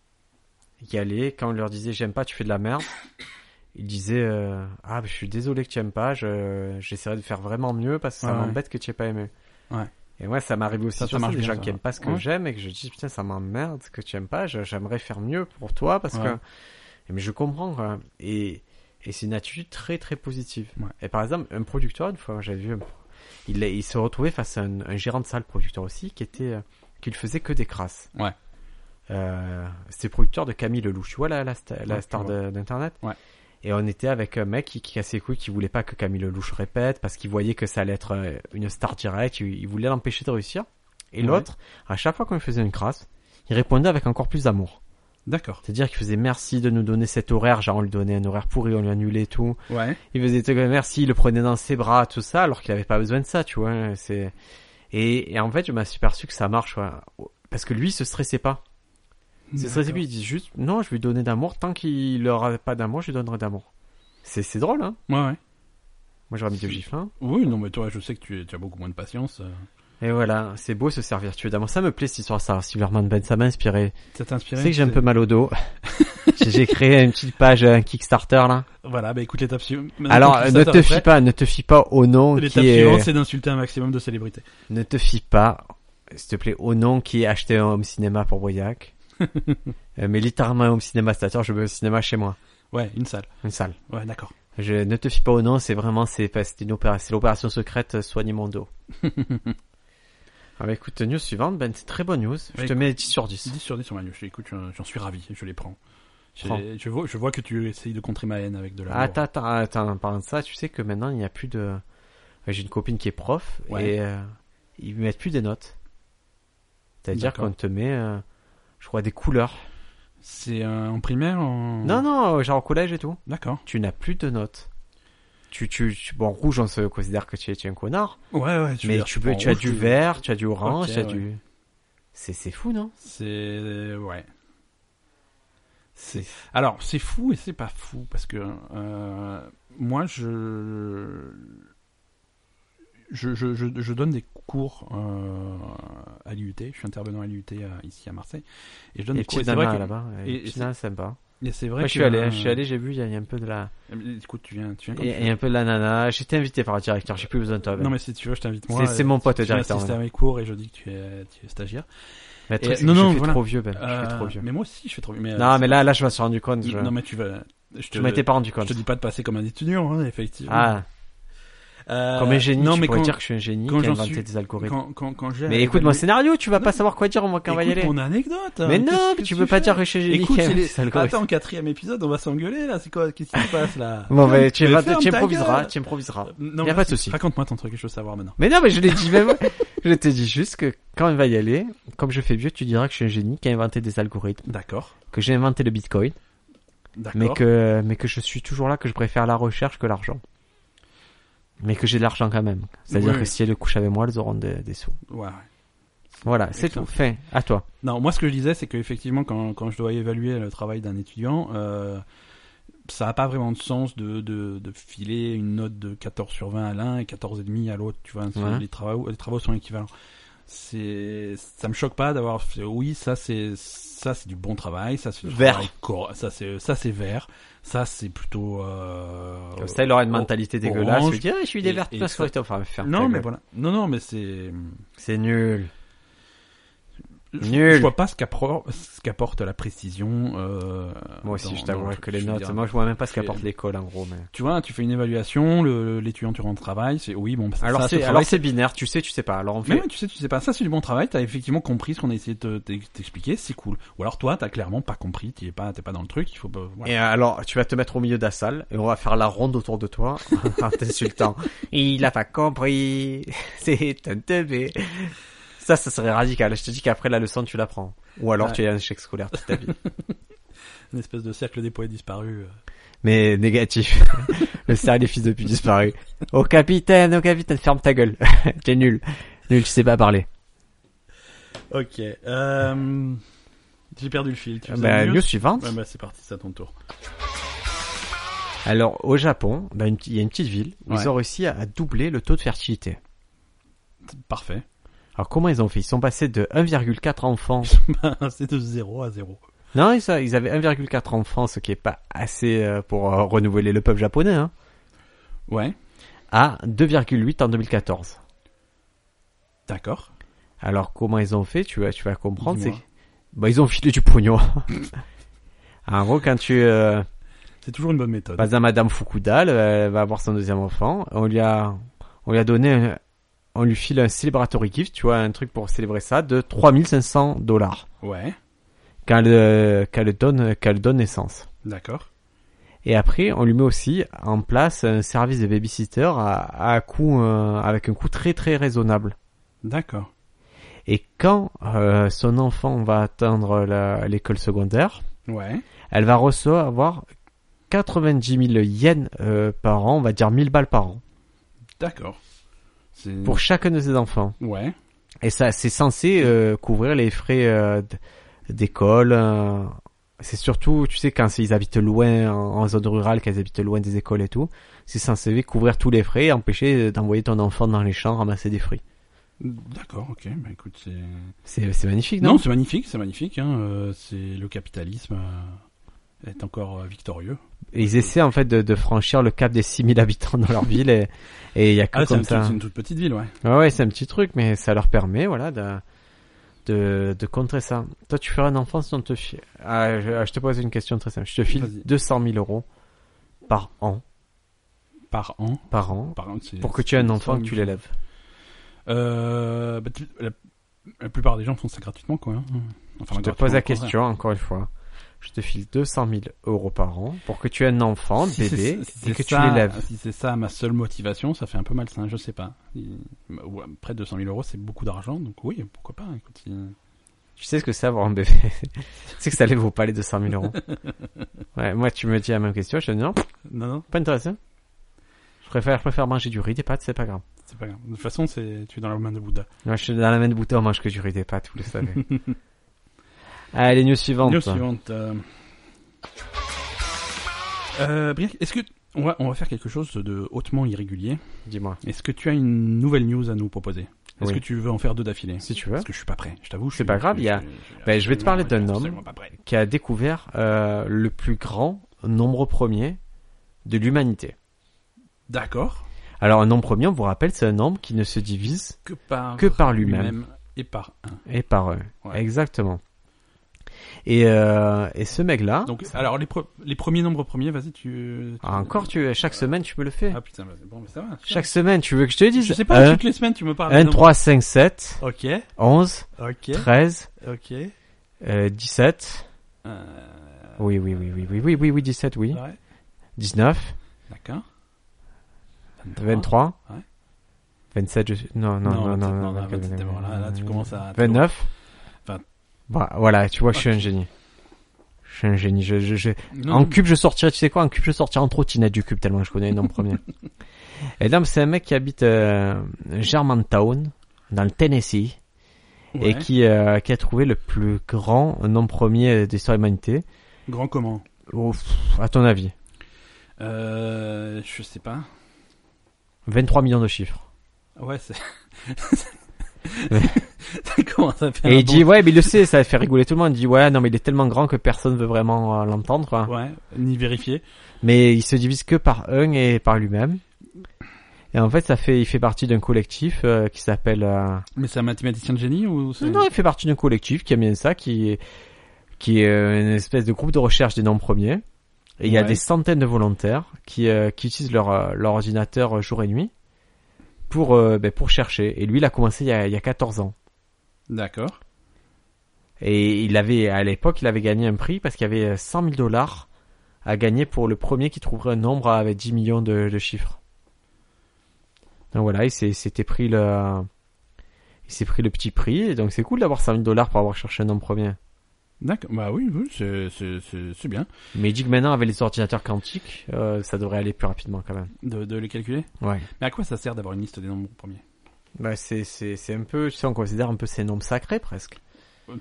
Speaker 1: y allaient. Quand on leur disait j'aime pas, tu fais de la merde, [coughs] ils disaient euh, ah, mais je suis désolé que tu aimes pas, je- j'essaierai de faire vraiment mieux parce que ça
Speaker 2: Ouais, ouais.
Speaker 1: m'embête que tu aies pas aimé.
Speaker 2: Ouais.
Speaker 1: Et moi, ça m'arrive aussi
Speaker 2: Ça, ça
Speaker 1: sur ça,
Speaker 2: marche
Speaker 1: des
Speaker 2: bien,
Speaker 1: gens
Speaker 2: ça.
Speaker 1: qui aiment pas ce que
Speaker 2: Ouais.
Speaker 1: j'aime et que je dis putain, ça m'emmerde ce que tu aimes pas, je- j'aimerais faire mieux pour toi parce
Speaker 2: Ouais.
Speaker 1: que. Mais je comprends, quoi. Et, et c'est une attitude très très positive.
Speaker 2: Ouais.
Speaker 1: Et par exemple, un producteur, une fois, j'avais vu, un- il, est- il se retrouvait face à un, un gérant de salle producteur aussi qui était, euh, qui ne faisait que des crasses.
Speaker 2: Ouais.
Speaker 1: Euh, C'était producteur de Camille Lelouch, tu vois la, la, sta- la
Speaker 2: Ouais, je
Speaker 1: star
Speaker 2: vois.
Speaker 1: de- d'Internet.
Speaker 2: Ouais.
Speaker 1: Et on était avec un mec qui, qui cassait les couilles, qui voulait pas que Camille Lelouch répète parce qu'il voyait que ça allait être euh, une star directe, il, il voulait l'empêcher de réussir. Et
Speaker 2: Ouais.
Speaker 1: l'autre, à chaque fois qu'on lui faisait une crasse, il répondait avec encore plus d'amour.
Speaker 2: D'accord.
Speaker 1: C'est-à-dire qu'il faisait merci de nous donner cet horaire, genre on lui donnait un horaire pourri, on lui annulait tout.
Speaker 2: Ouais.
Speaker 1: Il faisait des trucs comme merci, il le prenait dans ses bras, tout ça, alors qu'il avait pas besoin de ça, tu vois. hein, C'est et, et en fait, je me suis perçu que ça marche, ouais. parce que lui, il se stressait pas. Il se stressait
Speaker 2: D'accord.
Speaker 1: plus, il dit juste non, je vais lui donner d'amour tant qu'il aura pas d'amour, je lui donnerai d'amour. C'est c'est drôle, hein.
Speaker 2: Ouais, ouais.
Speaker 1: Moi, j'aurais mis deux gifles. Hein.
Speaker 2: Oui, non, mais toi, je sais que tu, es- tu as beaucoup moins de patience. euh.
Speaker 1: Et voilà, c'est beau se servir vertueux d'amour. Ça me plaît cette histoire, ça. Silverman Ben, ça m'a inspiré.
Speaker 2: Ça t'a
Speaker 1: Tu
Speaker 2: inspiré
Speaker 1: sais que j'ai un peu mal au dos. J'ai- J'ai créé une petite page euh, Kickstarter là.
Speaker 2: Voilà, bah écoute l'étape suivante. Maintenant
Speaker 1: Alors,
Speaker 2: que tu
Speaker 1: ne
Speaker 2: t'attends
Speaker 1: te
Speaker 2: après,
Speaker 1: fie pas, ne te fie pas au nom
Speaker 2: L'étape
Speaker 1: qui
Speaker 2: suivante,
Speaker 1: est,
Speaker 2: c'est d'insulter un maximum de célébrités.
Speaker 1: ne te fie pas, s'il te plaît, au nom qui est acheté un home cinéma pour Boyac. Euh, mais littéralement un home cinéma, c'est-à-dire je veux un cinéma chez moi,
Speaker 2: Ouais, une salle.
Speaker 1: une salle.
Speaker 2: Ouais, d'accord.
Speaker 1: Je ne te fie pas au nom, c'est vraiment c'est pas- c'est une opéra- c'est l'opération secrète euh, soigner mon
Speaker 2: [laughs]
Speaker 1: dos. Ah bah écoute, news suivante, Ben, c'est très bonne news. Je
Speaker 2: Bah,
Speaker 1: te mets 10 sur 10.
Speaker 2: 10 sur 10 sur ma news. Écoute, j'en j'en suis ravi. Je les prends. J'ai-
Speaker 1: Prends.
Speaker 2: Je vois, je vois que tu essayes de contrer ma haine avec de la.
Speaker 1: Ah, Attends, attends, attends, en parlant de ça, tu sais que maintenant il n'y a plus de. euh, J'ai une copine qui est prof
Speaker 2: Ouais.
Speaker 1: et euh, ils mettent plus des notes. C'est-à-dire
Speaker 2: D'accord.
Speaker 1: qu'on te met, euh, je crois, des couleurs.
Speaker 2: C'est euh, en primaire en...
Speaker 1: Non, non, genre au collège et tout.
Speaker 2: D'accord.
Speaker 1: Tu n'as plus de notes. Tu, tu, tu- bon, rouge, on se considère que tu es, tu es un connard.
Speaker 2: Ouais, ouais. je veux
Speaker 1: mais
Speaker 2: dire,
Speaker 1: tu, peux,
Speaker 2: en
Speaker 1: tu as
Speaker 2: rouge,
Speaker 1: du
Speaker 2: [laughs] je-
Speaker 1: vert, tu as du orange,
Speaker 2: Ok,
Speaker 1: tu as
Speaker 2: ouais.
Speaker 1: du. C'est c'est fou, non
Speaker 2: C'est ouais. C'est alors c'est fou et c'est pas fou parce que euh, moi je... Je, je je je donne des cours euh, à l'IUT. Je suis intervenant à l'IUT euh, ici à Marseille et je donne
Speaker 1: Et
Speaker 2: des cours.
Speaker 1: petit
Speaker 2: Et c'est vrai
Speaker 1: nana
Speaker 2: que
Speaker 1: là-bas.
Speaker 2: et-
Speaker 1: Et
Speaker 2: et
Speaker 1: petit nana, sympa.
Speaker 2: et c'est vrai
Speaker 1: Moi,
Speaker 2: que
Speaker 1: je suis allé, hein, je suis allé, j'ai vu, il y, a- il y a un peu de la.
Speaker 2: Euh, Écoute, tu viens, tu viens. Quand
Speaker 1: Et,
Speaker 2: tu veux.
Speaker 1: et un peu de la nana. J'étais invité par le directeur, j'ai plus besoin de toi. Ben.
Speaker 2: Non mais si tu veux, je t'invite moi.
Speaker 1: C'est- c'est mon pote,
Speaker 2: Tu
Speaker 1: le
Speaker 2: viens
Speaker 1: directeur,
Speaker 2: assister
Speaker 1: ouais.
Speaker 2: à mes cours et je dis que tu es tu es stagiaire.
Speaker 1: Mais le truc,
Speaker 2: Et-
Speaker 1: c'est que
Speaker 2: non,
Speaker 1: je
Speaker 2: non,
Speaker 1: fais
Speaker 2: voilà.
Speaker 1: trop vieux, Ben. Je fais
Speaker 2: Euh,
Speaker 1: trop vieux.
Speaker 2: Mais moi aussi, je fais trop. Mais, euh,
Speaker 1: Non, mais là, là, je me suis rendu compte. Je,
Speaker 2: non mais tu vas. Je te
Speaker 1: je m'étais pas rendu
Speaker 2: Je
Speaker 1: compte.
Speaker 2: te dis pas de passer comme un étudiant, hein, effectivement.
Speaker 1: Ah,
Speaker 2: Euh,
Speaker 1: comme un génie,
Speaker 2: non,
Speaker 1: tu
Speaker 2: mais
Speaker 1: pourrais
Speaker 2: quand,
Speaker 1: dire que je suis un génie qui
Speaker 2: quand
Speaker 1: a
Speaker 2: j'en
Speaker 1: inventé
Speaker 2: suis-
Speaker 1: des algorithmes.
Speaker 2: quand, quand, quand j'ai.
Speaker 1: Mais écoute, mon scénario, tu vas pas savoir quoi dire au moment qu'on
Speaker 2: écoute
Speaker 1: va y aller.
Speaker 2: ton anecdote. hein,
Speaker 1: Mais non,
Speaker 2: qu'est-ce
Speaker 1: mais
Speaker 2: que
Speaker 1: tu peux pas
Speaker 2: fais
Speaker 1: dire que je suis un génie
Speaker 2: Écoute,
Speaker 1: qui a
Speaker 2: c'est
Speaker 1: inventé
Speaker 2: les...
Speaker 1: des algorithmes.
Speaker 2: attends, quatrième épisode, on va s'engueuler là. C'est quoi Qu'est-ce qui se passe là
Speaker 1: Bon, ben, tu,
Speaker 2: Mais
Speaker 1: vas-
Speaker 2: ferme
Speaker 1: tu
Speaker 2: ta
Speaker 1: improviseras,
Speaker 2: gueule.
Speaker 1: tu improviseras.
Speaker 2: Non,
Speaker 1: Y a
Speaker 2: mais
Speaker 1: pas de souci.
Speaker 2: Raconte-moi ton truc, je veux savoir maintenant.
Speaker 1: Mais non, mais je l'ai dit même. [laughs] je te dis juste que quand on va y aller, comme je fais vieux, tu diras que je suis un génie qui a inventé des algorithmes,
Speaker 2: D'accord.
Speaker 1: que j'ai inventé le bitcoin, mais
Speaker 2: D'accord.
Speaker 1: que, mais que je suis toujours là, que je préfère la recherche que l'argent. Mais que j'ai de l'argent quand même. C'est-à-dire
Speaker 2: Oui.
Speaker 1: que si elles couchent avec moi, elles auront des- des sous.
Speaker 2: Ouais, ouais.
Speaker 1: Voilà, c'est
Speaker 2: Excellent.
Speaker 1: tout. Fin. À toi.
Speaker 2: Non, moi ce que je disais, c'est qu'effectivement, quand, quand je dois évaluer le travail d'un étudiant, euh, ça n'a pas vraiment de sens de, de, de filer une note de 14 sur 20 à l'un et 14,5 à l'autre. Tu vois, c'est-
Speaker 1: Ouais.
Speaker 2: les, travaux, les travaux sont équivalents. C'est, ça me choque pas d'avoir fait, oui, ça c'est, ça c'est du bon travail, ça c'est du
Speaker 1: Vert.
Speaker 2: travail cor- ça c'est, ça c'est vert, ça c'est plutôt, euh,
Speaker 1: Comme ça, il aurait une
Speaker 2: oh,
Speaker 1: mentalité
Speaker 2: orange.
Speaker 1: dégueulasse. Il se dit, Ah, je suis des
Speaker 2: Et-
Speaker 1: vertes,
Speaker 2: et
Speaker 1: parce
Speaker 2: ça-
Speaker 1: que- enfin, faire ta
Speaker 2: Non, mais
Speaker 1: gueule.
Speaker 2: voilà. Non, non, mais c'est,
Speaker 1: C'est nul.
Speaker 2: Je-
Speaker 1: Nul.
Speaker 2: Je vois pas ce qu'appro- ce qu'apporte la précision. euh,
Speaker 1: Moi aussi,
Speaker 2: dans-
Speaker 1: je
Speaker 2: dans le
Speaker 1: t'avouerai
Speaker 2: truc,
Speaker 1: que les
Speaker 2: je veux
Speaker 1: notes.
Speaker 2: dire.
Speaker 1: Moi, je vois même pas ce
Speaker 2: c'est-
Speaker 1: qu'apporte l'école, en gros. Mais...
Speaker 2: Tu vois, tu fais une évaluation, le- l'étudiant tu rentres au travail, c'est oui, bon, ça,
Speaker 1: Alors,
Speaker 2: ça,
Speaker 1: c'est,
Speaker 2: ce
Speaker 1: alors,
Speaker 2: travail,
Speaker 1: c'est binaire. Tu sais, tu sais pas. Alors, on
Speaker 2: mais
Speaker 1: fait.
Speaker 2: ouais, tu sais, tu sais pas, ça c'est du bon travail, t'as effectivement compris ce qu'on a essayé de te- t'ex- t'expliquer, c'est cool. Ou alors toi, t'as clairement pas compris, t'es pas, t'es pas dans le truc, il faut pas. voilà.
Speaker 1: Et euh, alors, tu vas te mettre au milieu de la salle et on va faire la ronde autour de toi [laughs] en t'insultant. Il a pas compris. [laughs] C'est un teubé. Ça, ça serait radical. Je te dis qu'après la leçon, tu l'apprends. Ou alors,
Speaker 2: Ouais.
Speaker 1: tu es un échec scolaire toute
Speaker 2: [laughs]
Speaker 1: ta vie.
Speaker 2: Une espèce de cercle des poètes disparus. euh.
Speaker 1: Mais négatif. [laughs] le cerf des fils de pute disparu. Au capitaine, au capitaine, ferme ta gueule. [laughs] T'es nul. Nul, tu sais pas parler.
Speaker 2: Ok. euh, J'ai perdu le fil. Tu faisais
Speaker 1: Bah,
Speaker 2: une
Speaker 1: news
Speaker 2: news
Speaker 1: suivante.
Speaker 2: Ouais, bah, c'est parti, c'est à ton tour.
Speaker 1: Alors, au Japon, dans une petite- il y a une petite ville où
Speaker 2: Ouais.
Speaker 1: ils ont réussi à, à doubler le taux de fertilité.
Speaker 2: Parfait.
Speaker 1: Alors, comment ils ont fait Ils sont passés de 1,4 enfants.
Speaker 2: [laughs] c'est de 0 à 0.
Speaker 1: non, ils, ils avaient 1,4 enfants, ce qui est pas assez euh, pour euh, renouveler le peuple japonais, hein,
Speaker 2: Ouais,
Speaker 1: à 2,8 en 2014.
Speaker 2: d'accord.
Speaker 1: Alors, comment ils ont fait Tu vas, tu vas comprendre. C'est...
Speaker 2: Dis-moi.
Speaker 1: Bah, ils ont filé du pognon. [laughs] en gros, quand tu... euh,
Speaker 2: C'est toujours une bonne méthode.
Speaker 1: Pas à Madame Fukuda, elle, elle va avoir son deuxième enfant. On lui a, on lui a donné, un- on lui file un celebratory gift, tu vois, un truc pour célébrer ça, de 3500 dollars
Speaker 2: Ouais,
Speaker 1: quand elle, euh, quand elle donne, quand elle donne naissance.
Speaker 2: d'accord.
Speaker 1: Et après, on lui met aussi en place un service de babysitter à, à coût, euh, avec un coût très très raisonnable.
Speaker 2: D'accord.
Speaker 1: Et quand euh, son enfant va atteindre la- l'école secondaire,
Speaker 2: Ouais,
Speaker 1: elle va recevoir 90 000 yens euh, par an, on va dire 1000 balles par an,
Speaker 2: d'accord. C'est-
Speaker 1: pour chacun de ses enfants.
Speaker 2: Ouais,
Speaker 1: Et ça, c'est censé euh, couvrir les frais euh, d- d'école. euh, c'est surtout, tu sais, quand c'est- ils habitent loin en, en zone rurale, qu'ils habitent loin des écoles et tout, c'est censé couvrir tous les frais et empêcher d'envoyer ton enfant dans les champs ramasser des fruits.
Speaker 2: d'accord, ok. Bah écoute, c'est...
Speaker 1: C'est c'est magnifique, non,
Speaker 2: Non, c'est magnifique, c'est magnifique. Hein. euh, c'est le capitalisme euh, est encore euh, victorieux.
Speaker 1: Et Ils essaient en fait de, de franchir le cap des 6000 habitants dans leur ville et et il y a que
Speaker 2: Ah, c'est un
Speaker 1: comme
Speaker 2: tout-
Speaker 1: ça.
Speaker 2: c'est une toute petite ville, ouais.
Speaker 1: Ah Ouais, ouais, c'est un petit truc, mais ça leur permet, voilà, de, de, de contrer ça. Toi, tu feras un enfant si on te file. Ah, je, ah, je te pose une question très simple. Je te file
Speaker 2: Vas-y.
Speaker 1: 200 000 euros par an,
Speaker 2: Par an.
Speaker 1: par an,
Speaker 2: Par an c'est-
Speaker 1: pour que tu aies un
Speaker 2: c'est-
Speaker 1: enfant, que tu l'élèves.
Speaker 2: Euh, bah, tu- la, la plupart des gens font ça gratuitement, quoi. hein. Enfin,
Speaker 1: Je te
Speaker 2: gratuitement,
Speaker 1: pose la
Speaker 2: au contraire.
Speaker 1: question, encore une fois. Je te file 200 000 euros par an pour que tu aies un enfant,
Speaker 2: Si
Speaker 1: bébé,
Speaker 2: c'est- si
Speaker 1: et que
Speaker 2: c'est
Speaker 1: tu
Speaker 2: ça-
Speaker 1: l'élèves.
Speaker 2: Si c'est ça ma seule motivation, ça fait un peu malsain, je sais pas. Il- ou, euh, Près de 200 000 euros, c'est beaucoup d'argent, donc oui, pourquoi pas. Écoute, euh, il-
Speaker 1: Tu sais ce que c'est avoir un bébé. [laughs] tu sais que ça les vaut pas les 200 000
Speaker 2: [laughs]
Speaker 1: euros. Ouais, moi, tu me dis la même question, je te dis non,
Speaker 2: Non, non,
Speaker 1: pas intéressant. Je préfère, je préfère manger du riz, des pâtes, c'est pas grave.
Speaker 2: c'est pas grave. De toute façon, c'est tu es dans la main de Bouddha.
Speaker 1: Moi, je suis dans la main de bouton, moi, que du riz des pâtes, vous le savez. [laughs] Allez, news suivante.
Speaker 2: News suivante. euh. Euh, Briac, est-ce que on va, on va faire quelque chose de hautement irrégulier
Speaker 1: Dis-moi,
Speaker 2: Est-ce que tu as une nouvelle news à nous proposer Est-ce
Speaker 1: Oui.
Speaker 2: que tu veux en faire deux d'affilée
Speaker 1: si tu veux,
Speaker 2: Parce que je suis pas prêt, je t'avoue. je
Speaker 1: C'est
Speaker 2: suis-
Speaker 1: pas grave,
Speaker 2: je-
Speaker 1: il y a-
Speaker 2: je- je-
Speaker 1: Ben, je vais te parler
Speaker 2: absolument,
Speaker 1: d'un
Speaker 2: je suis
Speaker 1: homme.
Speaker 2: absolument pas prêt.
Speaker 1: qui a découvert euh, le plus grand nombre premier de l'humanité.
Speaker 2: D'accord.
Speaker 1: Alors, un nombre premier, on vous rappelle, c'est un nombre qui ne se divise
Speaker 2: Que par
Speaker 1: que par lui-même
Speaker 2: lui-même et par un.
Speaker 1: et par eux.
Speaker 2: Ouais.
Speaker 1: Exactement. Et, euh, et ce mec-là,
Speaker 2: Donc, alors, les, pre- les premiers nombres premiers, vas-y, tu. tu-
Speaker 1: Ah, encore, tu, chaque semaine, tu me le fais.
Speaker 2: Ah putain, vas-y, bon, mais ça va.
Speaker 1: chaque semaine, tu veux que je te le dise
Speaker 2: Je sais pas,
Speaker 1: 1,
Speaker 2: toutes les semaines, tu me parles. des
Speaker 1: 1
Speaker 2: nombres.
Speaker 1: 3, 5, 7,
Speaker 2: Ok,
Speaker 1: 11,
Speaker 2: ok,
Speaker 1: 13,
Speaker 2: ok.
Speaker 1: euh, 17.
Speaker 2: Euh, Ah.
Speaker 1: Oui, oui, oui, oui, oui, oui, oui, oui, 17, oui.
Speaker 2: Ouais,
Speaker 1: 19,
Speaker 2: d'accord.
Speaker 1: 23
Speaker 2: Ouais.
Speaker 1: 27, je... suis- non, non, non, non, non,
Speaker 2: non,
Speaker 1: non, non,
Speaker 2: non,
Speaker 1: non,
Speaker 2: là, là, tu
Speaker 1: non,
Speaker 2: commences à.
Speaker 1: 29
Speaker 2: Vingt.
Speaker 1: Bah, Voilà, tu vois que je suis un
Speaker 2: Ok.
Speaker 1: génie. Je suis un génie. Je, je, je-
Speaker 2: Non,
Speaker 1: en
Speaker 2: non,
Speaker 1: cube, je sortirais, tu sais quoi, en cube, je sortirais en trottinette du cube tellement je connais les noms
Speaker 2: [laughs]
Speaker 1: premiers. Et là, c'est un mec qui habite euh, Germantown, dans le Tennessee,
Speaker 2: ouais.
Speaker 1: et qui, euh, qui a trouvé le plus grand nom premier d'histoire de l'humanité.
Speaker 2: Grand comment
Speaker 1: Oh, pff, à ton avis
Speaker 2: Euh. Je sais pas.
Speaker 1: 23 millions de chiffres. [laughs]
Speaker 2: Ouais, c'est. ça commence à faire.
Speaker 1: Et il
Speaker 2: un Ah, bon-
Speaker 1: dit, ouais, mais il le sait, ça fait rigoler tout le monde. Il dit, ouais, non, mais il est tellement grand que personne veut vraiment euh, l'entendre, quoi.
Speaker 2: Ouais, ni vérifier.
Speaker 1: Mais il se divise que par un et par lui-même. Et en fait, ça fait, il fait partie d'un collectif euh, qui s'appelle. euh,
Speaker 2: Mais c'est un mathématicien de génie ou c'est.
Speaker 1: Non, non, il fait partie d'un collectif qui aime bien ça, qui est, qui est euh, une espèce de groupe de recherche des noms premiers. Et il y a
Speaker 2: Ouais.
Speaker 1: des centaines de volontaires qui, euh, qui utilisent leur, euh, leur ordinateur euh, jour et nuit pour, euh, ben, pour chercher. Et lui, il a commencé il y a, il y a 14 ans.
Speaker 2: D'accord.
Speaker 1: Et il avait, à l'époque, il avait gagné un prix parce qu'il y avait euh, 100 000 dollars à gagner pour le premier qui trouverait un nombre avec 10 millions de, de chiffres. Donc voilà, il s'est- s'était pris le, il s'est pris le petit prix et donc c'est cool d'avoir 100 000 dollars pour avoir cherché un nombre premier.
Speaker 2: D'accord. Bah oui, oui, c'est- c'est c'est- c'est bien
Speaker 1: Mais il dit que maintenant, avec les ordinateurs quantiques, euh, ça devrait aller plus rapidement quand même.
Speaker 2: de, de les calculer.
Speaker 1: Ouais.
Speaker 2: Mais à quoi ça sert d'avoir une liste des nombres premiers
Speaker 1: Bah, c'est, c'est, c'est un peu, tu sais, on considère un peu ces nombres sacrés presque.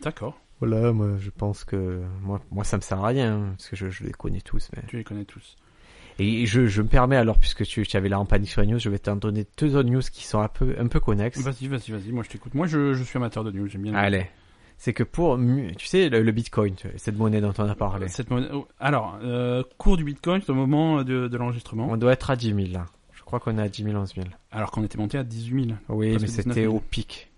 Speaker 2: D'accord,
Speaker 1: Voilà, moi, je pense que, moi, moi, ça me sert à rien, hein, parce que je, je les connais tous, mais.
Speaker 2: tu les connais tous.
Speaker 1: Et je, je me permets alors, puisque tu, tu avais là en panique sur les news, je vais t'en donner deux autres news qui sont un peu, un peu connexes.
Speaker 2: Vas-y, vas-y, vas-y, moi je t'écoute. Moi je, je suis amateur de news, j'aime Bah, bien.
Speaker 1: Allez. C'est que pour, mu- tu sais, le, le bitcoin, tu- cette monnaie dont on a parlé,
Speaker 2: Cette monnaie- oh, Alors, euh, cours du Bitcoin au moment de, de l'enregistrement,
Speaker 1: on doit être à 10 000 là. Je crois qu'on est à 10 000, 11 000.
Speaker 2: alors qu'on était monté à 18 000.
Speaker 1: Oui,
Speaker 2: Parce
Speaker 1: mais
Speaker 2: que 19
Speaker 1: c'était
Speaker 2: 000.
Speaker 1: au pic.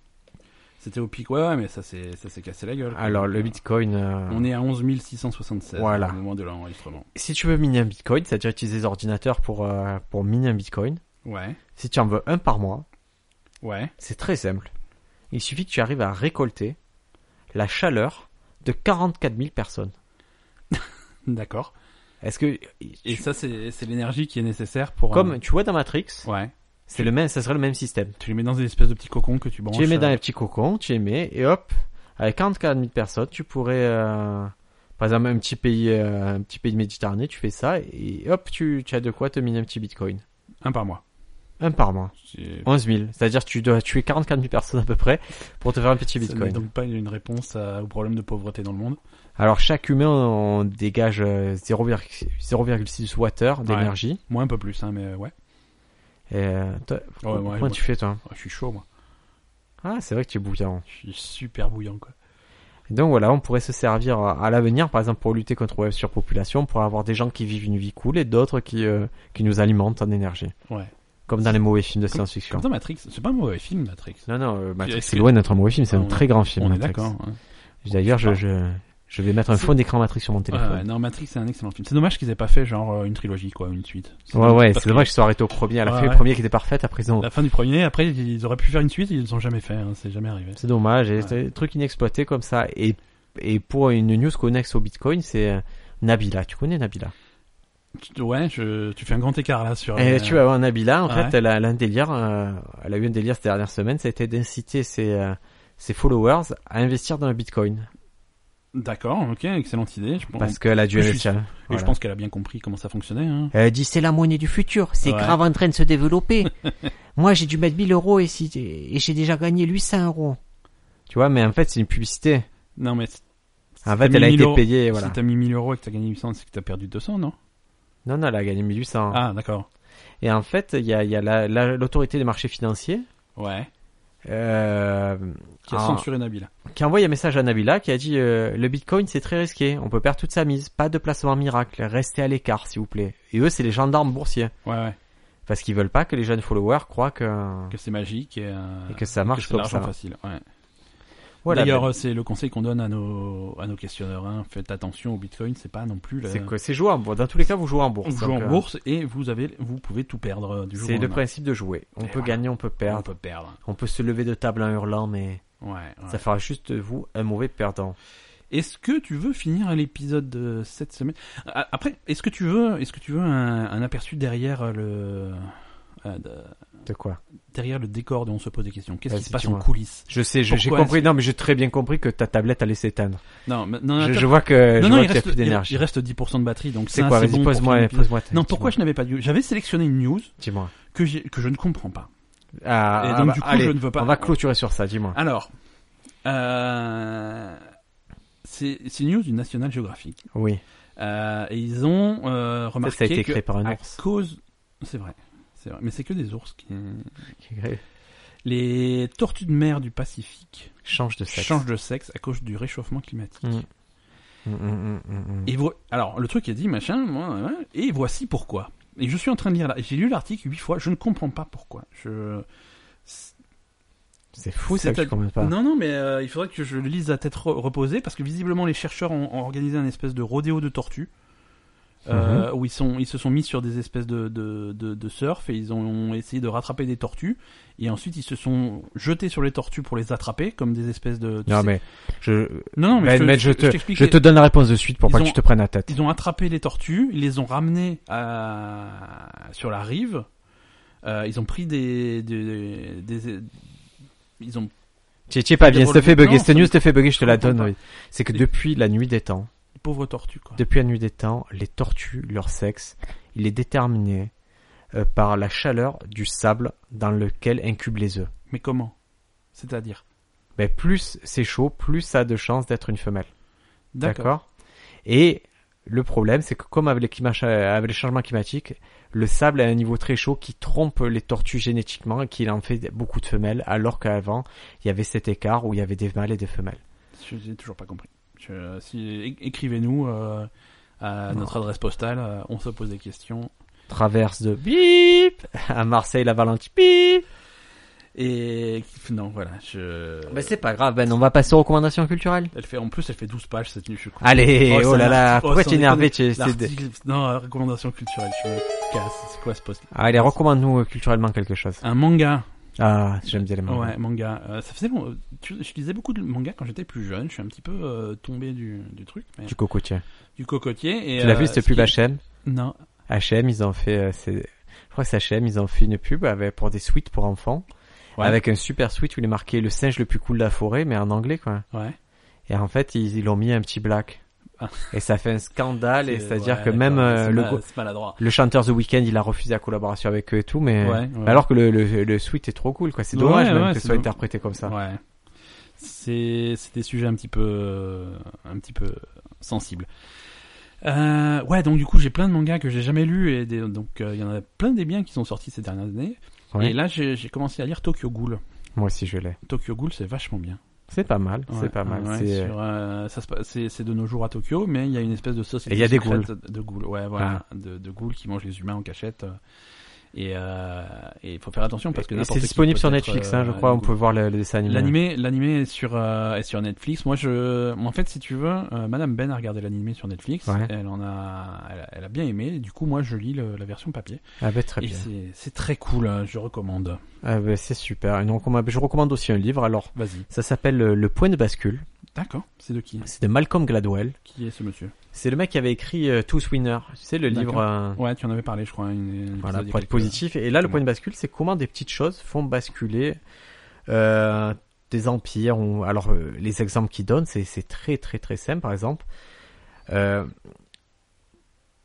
Speaker 2: C'était au pic, ouais, ouais, mais ça s'est ça s'est cassé la gueule. quoi.
Speaker 1: Alors, le bitcoin, euh,
Speaker 2: On est à 11 676
Speaker 1: Voilà.
Speaker 2: au moment de l'enregistrement.
Speaker 1: si tu veux miner un bitcoin, c'est-à-dire utiliser des ordinateurs pour, euh, pour miner un bitcoin,
Speaker 2: Ouais,
Speaker 1: si tu en veux un par mois,
Speaker 2: ouais.
Speaker 1: c'est très simple. Il suffit que tu arrives à récolter la chaleur de 44 000 personnes.
Speaker 2: D'accord.
Speaker 1: Est-ce que,
Speaker 2: Et
Speaker 1: tu-
Speaker 2: ça, c'est c'est l'énergie qui est nécessaire pour. euh,
Speaker 1: comme tu vois dans Matrix,
Speaker 2: Ouais.
Speaker 1: c'est le même, ça serait le même système.
Speaker 2: Tu les mets dans des espèces de petits cocons que tu branches.
Speaker 1: Tu les mets dans
Speaker 2: euh,
Speaker 1: les petits cocons, tu les mets, et hop, avec 44 000 personnes, tu pourrais, euh, par exemple, un petit pays, euh, un petit pays de Méditerranée, tu fais ça, et hop, tu, tu as de quoi te miner un petit bitcoin.
Speaker 2: euh, Un par mois.
Speaker 1: Un par mois.
Speaker 2: C'est-
Speaker 1: 11 000. C'est-à-dire, tu dois tuer 44 000 personnes à peu près pour te faire un petit
Speaker 2: Ce n'est
Speaker 1: bitcoin.
Speaker 2: donc pas une réponse à- au problème de pauvreté dans le monde.
Speaker 1: Alors, chaque humain, on dégage euh, 0,6 0,6 Wh d'énergie.
Speaker 2: Moi, un peu plus, hein, mais euh, ouais.
Speaker 1: Et, euh, toi,
Speaker 2: Ouais, ouais,
Speaker 1: comment
Speaker 2: moi,
Speaker 1: tu fais, toi?
Speaker 2: je suis chaud, moi.
Speaker 1: Ah, c'est vrai que tu es bouillant.
Speaker 2: Je suis super bouillant, quoi.
Speaker 1: Donc voilà, on pourrait se servir euh, à à l'avenir, par exemple, pour lutter contre la surpopulation, pour avoir des gens qui vivent une vie cool et d'autres qui, euh, qui nous alimentent en énergie.
Speaker 2: Ouais.
Speaker 1: Comme dans les mauvais films de
Speaker 2: Comme
Speaker 1: science-fiction.
Speaker 2: ça, Matrix, c'est pas un mauvais film, Matrix.
Speaker 1: Non, non, euh, Matrix,
Speaker 2: Est-ce
Speaker 1: c'est
Speaker 2: que-
Speaker 1: loin d'être un mauvais film, c'est
Speaker 2: Ah,
Speaker 1: un
Speaker 2: on-
Speaker 1: très grand film.
Speaker 2: On est
Speaker 1: Matrix.
Speaker 2: d'accord. hein.
Speaker 1: D'ailleurs, je,
Speaker 2: Ah.
Speaker 1: je, je vais mettre un fond d'écran Matrix sur mon
Speaker 2: Ouais, ouais,
Speaker 1: téléphone.
Speaker 2: non, Matrix, c'est un excellent film. C'est dommage qu'ils aient pas fait, genre, euh, une trilogie, quoi, une suite.
Speaker 1: Ouais, ouais,
Speaker 2: parce
Speaker 1: c'est dommage que je sois arrêté au premier. À la
Speaker 2: Ouais,
Speaker 1: fin,
Speaker 2: ouais.
Speaker 1: le premier qui était parfait, après, ils ont-
Speaker 2: La fin du premier, après, ils auraient pu faire une suite, ils ne l'ont jamais fait, hein, c'est jamais arrivé.
Speaker 1: C'est dommage, et
Speaker 2: Ouais.
Speaker 1: c'est des trucs inexploités comme ça. Et, et pour une news connexe au Bitcoin, c'est euh, Nabila. Tu connais Nabila
Speaker 2: Tu- Ouais, je, tu fais un grand écart, là, sur...
Speaker 1: Et
Speaker 2: euh,
Speaker 1: Eh, tu vas voir Nabila, en
Speaker 2: ouais.
Speaker 1: fait, elle a, elle a un délire, euh, elle a eu un délire ces dernières semaines, ça a été d'inciter ses, euh, ses followers à investir dans le Bitcoin.
Speaker 2: D'accord, ok, excellente idée. Je pense...
Speaker 1: Parce qu'elle a dû
Speaker 2: je suis
Speaker 1: investir.
Speaker 2: Et
Speaker 1: Voilà. Euh,
Speaker 2: je pense qu'elle a bien compris comment ça fonctionnait, hein.
Speaker 1: Elle dit c'est la monnaie du futur, c'est
Speaker 2: Ouais.
Speaker 1: grave en train de se
Speaker 2: [laughs]
Speaker 1: développer. Moi j'ai dû mettre 1000 euros et, si- et j'ai déjà gagné 800 euros. Tu vois, mais en fait c'est une publicité.
Speaker 2: Non, mais... si
Speaker 1: En
Speaker 2: t'as
Speaker 1: fait
Speaker 2: mis
Speaker 1: elle a
Speaker 2: 1000
Speaker 1: été
Speaker 2: euros-
Speaker 1: payée, voilà.
Speaker 2: Si t'as mis 1000 euros et que t'as gagné 800, c'est que t'as perdu 200, non
Speaker 1: Non, non, elle a gagné 1800.
Speaker 2: Ah, d'accord.
Speaker 1: Et en fait il y a, il y a la- la- l'autorité des marchés financiers
Speaker 2: Ouais.
Speaker 1: euh,
Speaker 2: Qui a
Speaker 1: Ah.
Speaker 2: censuré Nabil.
Speaker 1: qui envoie un message à Nabila qui a dit euh, le Bitcoin c'est très risqué, on peut perdre toute sa mise, pas de placement miracle, restez à l'écart s'il vous plaît. Et eux c'est les gendarmes boursiers
Speaker 2: Ouais, ouais.
Speaker 1: parce qu'ils veulent pas que les jeunes followers croient que
Speaker 2: Que c'est magique et, euh,
Speaker 1: et que ça marche
Speaker 2: c'est de
Speaker 1: comme
Speaker 2: l'argent
Speaker 1: ça.
Speaker 2: facile, ouais.
Speaker 1: Voilà.
Speaker 2: D'ailleurs, euh, c'est le conseil qu'on donne à nos, à nos questionneurs. hein. Faites attention au Bitcoin, c'est pas non plus.
Speaker 1: ben,
Speaker 2: La...
Speaker 1: c'est quoi C'est jouer en bourse. Dans tous les cas, vous jouez en bourse.
Speaker 2: euh, On joue
Speaker 1: Donc,
Speaker 2: en
Speaker 1: euh,
Speaker 2: bourse et vous avez, vous pouvez tout perdre euh, du jour au
Speaker 1: C'est le
Speaker 2: lendemain.
Speaker 1: principe de jouer. On
Speaker 2: Et
Speaker 1: peut
Speaker 2: voilà.
Speaker 1: gagner, on peut
Speaker 2: On
Speaker 1: perdre.
Speaker 2: peut perdre.
Speaker 1: On peut se lever de table en hurlant, mais
Speaker 2: Ouais. ouais.
Speaker 1: ça fera juste de vous un mauvais perdant.
Speaker 2: Est-ce que tu veux finir l'épisode de cette semaine Ah, Après, est-ce que tu veux, est-ce que tu veux un, un aperçu derrière euh, le euh, de-
Speaker 1: De quoi
Speaker 2: derrière le décor dont on se pose des questions Qu'est-ce qui
Speaker 1: Vas-y,
Speaker 2: se passe en
Speaker 1: dis-moi.
Speaker 2: coulisses
Speaker 1: Je sais, je- j'ai
Speaker 2: Pourquoi
Speaker 1: compris. Non, mais j'ai très bien compris que ta tablette allait s'éteindre.
Speaker 2: Non, mais- non,
Speaker 1: Je,
Speaker 2: attends.
Speaker 1: je vois que
Speaker 2: Ah,
Speaker 1: je
Speaker 2: non, non,
Speaker 1: vois
Speaker 2: il
Speaker 1: qu'il y a
Speaker 2: reste,
Speaker 1: plus
Speaker 2: il-
Speaker 1: d'énergie.
Speaker 2: il reste 10% de batterie, donc
Speaker 1: C'est
Speaker 2: ça,
Speaker 1: quoi
Speaker 2: bon
Speaker 1: Vas-y,
Speaker 2: pour finir
Speaker 1: pose-moi,
Speaker 2: l'épisode.
Speaker 1: pose-moi. ta-
Speaker 2: Non, pourquoi je n'avais pas dit J'avais sélectionné une news
Speaker 1: Dis-moi.
Speaker 2: que, j'ai- que je ne comprends pas.
Speaker 1: Ah,
Speaker 2: Et
Speaker 1: ah,
Speaker 2: donc,
Speaker 1: bah,
Speaker 2: du coup,
Speaker 1: allez,
Speaker 2: je ne veux pas.
Speaker 1: On va clôturer sur ça, dis-moi.
Speaker 2: Alors, euh, c'est c'est une news du National Geographic.
Speaker 1: Oui.
Speaker 2: Euh, et ils ont euh,
Speaker 1: Ça,
Speaker 2: remarqué
Speaker 1: ça a été
Speaker 2: que
Speaker 1: créé par un
Speaker 2: à
Speaker 1: ours.
Speaker 2: cause, c'est vrai, c'est vrai, mais c'est que des ours qui. Les tortues de mer du Pacifique
Speaker 1: Change de sexe.
Speaker 2: changent de sexe à cause du réchauffement climatique.
Speaker 1: Mm. Mm, mm, mm, mm, mm.
Speaker 2: Et vo- alors, le truc est dit, machin, moi, hein, et voici pourquoi. Et je suis en train de lire là. J'ai lu l'article huit fois. Je ne comprends pas pourquoi. Je.
Speaker 1: C'est fou ça que
Speaker 2: C'est-
Speaker 1: tu comprends pas.
Speaker 2: Non, non, mais euh, il faudrait que je le lise à tête re- reposée parce que visiblement les chercheurs ont, ont organisé un espèce de rodéo de tortues euh,
Speaker 1: Mhm.
Speaker 2: où ils, sont, ils se sont mis sur des espèces de, de, de- de surf et ils ont, ont essayé de rattraper des tortues et ensuite ils se sont jetés sur les tortues pour les attraper comme des espèces de. tu
Speaker 1: Non,
Speaker 2: sais-
Speaker 1: mais je,
Speaker 2: non, non, mais
Speaker 1: Ben,
Speaker 2: je, te-
Speaker 1: mais
Speaker 2: je-
Speaker 1: je,
Speaker 2: je
Speaker 1: te, je,
Speaker 2: t'explique.
Speaker 1: te donne la réponse de suite pour
Speaker 2: Ils
Speaker 1: pas
Speaker 2: ont-
Speaker 1: que tu te prennes la tête.
Speaker 2: Ils ont attrapé les tortues, ils les ont ramenées à- sur la rive. Euh, ils ont pris des, des, des- ils ont
Speaker 1: Tu tu es pas
Speaker 2: Ils
Speaker 1: bien,
Speaker 2: ont
Speaker 1: ça te fait
Speaker 2: relevé-
Speaker 1: bugger,
Speaker 2: non,
Speaker 1: cette
Speaker 2: ça-
Speaker 1: news te fait bugger, je te la
Speaker 2: je comprends
Speaker 1: donne.
Speaker 2: pas.
Speaker 1: oui. C'est que
Speaker 2: C'est-
Speaker 1: depuis la nuit des temps,
Speaker 2: les pauvres tortues quoi.
Speaker 1: depuis la nuit des temps, les tortues, leur sexe, il est déterminé euh, par la chaleur du sable dans lequel incubent les œufs. Ben,
Speaker 2: Mais comment C'est-à-dire
Speaker 1: Mais plus c'est chaud, plus ça a de chances d'être une femelle.
Speaker 2: D'accord.
Speaker 1: D'accord Et Le problème, c'est que comme avec les, climats cha- avec les changements climatiques, le sable a un niveau très chaud qui trompe les tortues génétiquement et qui en fait beaucoup de femelles, alors qu'avant, il y avait cet écart où il y avait des mâles et des femelles.
Speaker 2: Je- J'ai toujours pas compris. Je- si, é- Écrivez-nous euh, à
Speaker 1: Non.
Speaker 2: notre adresse postale, euh, on se pose des questions.
Speaker 1: Traverse de bip [laughs] à Marseille, la Valentine bip.
Speaker 2: Et non, voilà, je...
Speaker 1: Ben c'est pas grave, Ben on va passer aux recommandations culturelles.
Speaker 2: Elle fait, en plus, elle fait 12 pages cette nuit, je suis con.
Speaker 1: Allez,
Speaker 2: Oh,
Speaker 1: oh,
Speaker 2: ça
Speaker 1: là
Speaker 2: m'a-
Speaker 1: là,
Speaker 2: oh,
Speaker 1: pourquoi
Speaker 2: ça
Speaker 1: t'es
Speaker 2: m'a
Speaker 1: énervé tu- Ah, c'est des-
Speaker 2: L'article- Non, euh, recommandation culturelle, je me casse. C'est quoi ce post
Speaker 1: Allez, recommande-nous euh, culturellement quelque chose.
Speaker 2: Un manga.
Speaker 1: Ah, j'aime bien les mangas.
Speaker 2: Ouais, manga. Euh, ça faisait long- tu- Je lisais beaucoup de mangas quand j'étais plus jeune. Je suis un petit peu euh, tombé du, du truc, mais-
Speaker 1: Du cocotier.
Speaker 2: du cocotier. Et,
Speaker 1: tu l'as
Speaker 2: euh,
Speaker 1: vu cette
Speaker 2: ce qui-
Speaker 1: pub HM
Speaker 2: Non.
Speaker 1: HM, ils ont fait... euh, c'est- je crois que c'est HM, ils ont fait une pub avec, pour des suites pour enfants.
Speaker 2: Ouais.
Speaker 1: Avec un super suite où il est marqué le singe le plus cool de la forêt, mais en anglais quoi.
Speaker 2: Ouais.
Speaker 1: Et en fait, ils ils l'ont mis un petit black.
Speaker 2: Ah.
Speaker 1: Et ça fait un scandale, et c'est-à-dire
Speaker 2: ouais,
Speaker 1: que même
Speaker 2: d'accord,
Speaker 1: euh,
Speaker 2: c'est
Speaker 1: le,
Speaker 2: mal-
Speaker 1: go-
Speaker 2: C'est maladroit.
Speaker 1: le chanteur The Weeknd, il a refusé la collaboration avec eux et tout, mais...
Speaker 2: Ouais, ouais.
Speaker 1: Alors que le, le, le suite est trop cool, quoi. C'est
Speaker 2: Ouais,
Speaker 1: dommage même
Speaker 2: ouais,
Speaker 1: que
Speaker 2: c'est
Speaker 1: ce soit
Speaker 2: dommage.
Speaker 1: interprété comme ça.
Speaker 2: Ouais. C'est c'est des sujets un petit peu euh, un petit peu sensibles. Euh, ouais, donc du coup j'ai plein de mangas que j'ai jamais lus et des- donc euh, il y en a plein des biens qui sont sortis ces dernières années.
Speaker 1: Ouais.
Speaker 2: Et là j'ai j'ai commencé à lire Tokyo Ghoul.
Speaker 1: Moi aussi, je l'ai.
Speaker 2: Tokyo Ghoul c'est vachement bien.
Speaker 1: C'est pas mal,
Speaker 2: Ouais,
Speaker 1: c'est pas mal.
Speaker 2: ouais,
Speaker 1: c'est...
Speaker 2: sur, euh, ça se passe- c'est c'est de nos jours à Tokyo, mais il y a une espèce de société
Speaker 1: Et il y a des Ah.
Speaker 2: secrète de ghouls. Ouais, voilà, de, de ghouls qui mangent les humains en cachette. euh, Et euh, et il faut faire attention parce que
Speaker 1: Et
Speaker 2: n'importe
Speaker 1: euh, c'est
Speaker 2: qui
Speaker 1: disponible
Speaker 2: peut
Speaker 1: sur
Speaker 2: être,
Speaker 1: Netflix, hein, je
Speaker 2: euh,
Speaker 1: crois.
Speaker 2: un
Speaker 1: On
Speaker 2: ghoul.
Speaker 1: peut voir le, le dessin animé.
Speaker 2: L'animé, l'animé est sur euh, est sur Netflix. Moi, je, en fait, si tu veux, euh, Madame Ben a regardé l'animé sur Netflix.
Speaker 1: Ouais.
Speaker 2: Elle en a, elle, a- elle a bien aimé. Et du coup, moi, je lis le- la version papier.
Speaker 1: Ah bah, très
Speaker 2: et
Speaker 1: bien.
Speaker 2: c'est, c'est très cool. hein, je recommande.
Speaker 1: Ah bah, c'est super. Et donc, on m'a- je recommande aussi un livre. Alors,
Speaker 2: Vas-y.
Speaker 1: ça s'appelle euh, Le Point de bascule.
Speaker 2: D'accord. C'est de qui
Speaker 1: C'est de Malcolm Gladwell.
Speaker 2: Qui est ce monsieur
Speaker 1: C'est le mec qui avait écrit euh, Tous Winners. Tu sais, le
Speaker 2: D'accord.
Speaker 1: livre... euh,
Speaker 2: Ouais, tu en avais parlé, je crois. Une, un
Speaker 1: Voilà,
Speaker 2: épisode il y a
Speaker 1: pour être
Speaker 2: quelques-
Speaker 1: positif. Et là, le
Speaker 2: Ouais.
Speaker 1: point de bascule, c'est comment des petites choses font basculer euh, des empires. ou- Alors, euh, les exemples qu'il donne, c'est c'est très très très simple. Par exemple, euh,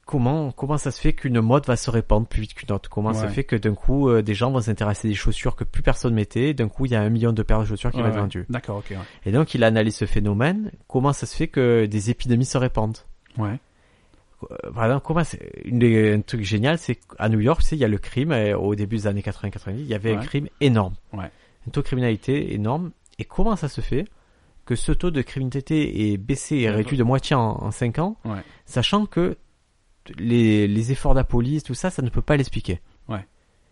Speaker 1: comment comment ça se fait qu'une mode va se répandre plus vite qu'une autre Comment ça
Speaker 2: Ouais.
Speaker 1: fait que d'un coup, euh, des gens vont s'intéresser à des chaussures que plus personne mettait et D'un coup, il y a un million de paires de chaussures qui
Speaker 2: Ouais,
Speaker 1: vont
Speaker 2: ouais.
Speaker 1: être vendues.
Speaker 2: D'accord, ok.
Speaker 1: Et donc, il analyse ce phénomène. Comment ça se fait que des épidémies se répandent
Speaker 2: Ouais. ouais.
Speaker 1: euh, par exemple, comment c'est une des- un truc génial, c'est qu'à New York, tu sais, il y a le crime euh, au début des années 80-90, il y avait un
Speaker 2: Ouais.
Speaker 1: crime énorme,
Speaker 2: Ouais.
Speaker 1: un taux de criminalité énorme. Et comment ça se fait que ce taux de criminalité est baissé et
Speaker 2: Ouais,
Speaker 1: réduit
Speaker 2: ouais.
Speaker 1: de moitié en, en 5 ans,
Speaker 2: Ouais.
Speaker 1: sachant que t- les, les efforts de la police, tout ça, ça ne peut pas l'expliquer.
Speaker 2: Ouais.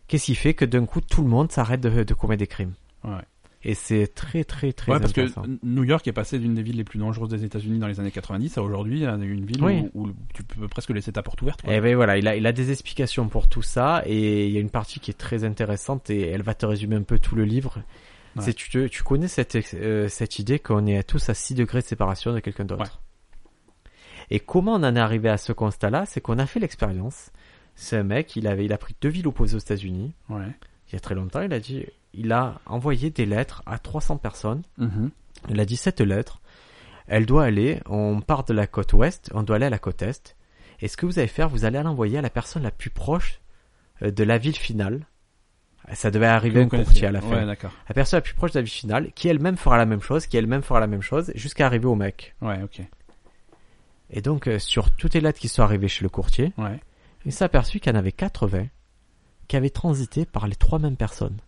Speaker 1: Qu'est-ce qui fait que d'un coup tout le monde s'arrête de, de commettre des crimes
Speaker 2: Ouais.
Speaker 1: Et c'est très très très
Speaker 2: Ouais, parce que
Speaker 1: intéressant.
Speaker 2: New York est passé d'une des villes les plus dangereuses des États-Unis dans les années 90 à aujourd'hui à une ville
Speaker 1: Oui.
Speaker 2: où, où tu peux presque laisser ta porte ouverte. quoi.
Speaker 1: Et ben voilà, il a, il a des explications pour tout ça et il y a une partie qui est très intéressante et elle va te résumer un peu tout le livre.
Speaker 2: Ouais.
Speaker 1: C'est tu, te- tu connais cette ex- euh, cette idée qu'on est à tous à 6 degrés de séparation de quelqu'un d'autre. Et comment on en est arrivé à ce constat-là, c'est qu'on a fait l'expérience. C'est un mec, il avait il a pris deux villes opposées aux États-Unis.
Speaker 2: Ouais.
Speaker 1: Il y a très longtemps, il a dit il a envoyé des lettres à 300 personnes.
Speaker 2: Mhm.
Speaker 1: Il a 17 lettres. Elle doit aller, on part de la côte ouest, on doit aller à la côte est. Et ce que vous allez faire, vous allez l'envoyer à la personne la plus proche euh, de la ville finale. Ça devait arriver
Speaker 2: Que
Speaker 1: un
Speaker 2: vous connaissez.
Speaker 1: courtier à la fin.
Speaker 2: Ouais, d'accord.
Speaker 1: La personne la plus proche de la ville finale, qui elle-même fera la même chose, qui elle-même fera la même chose, jusqu'à arriver au mec.
Speaker 2: Ouais, ok.
Speaker 1: Et donc, euh, sur toutes les lettres qui sont arrivées chez le courtier,
Speaker 2: Ouais.
Speaker 1: il s'est aperçu qu'il y en avait 80 qui avaient transité par les trois mêmes personnes.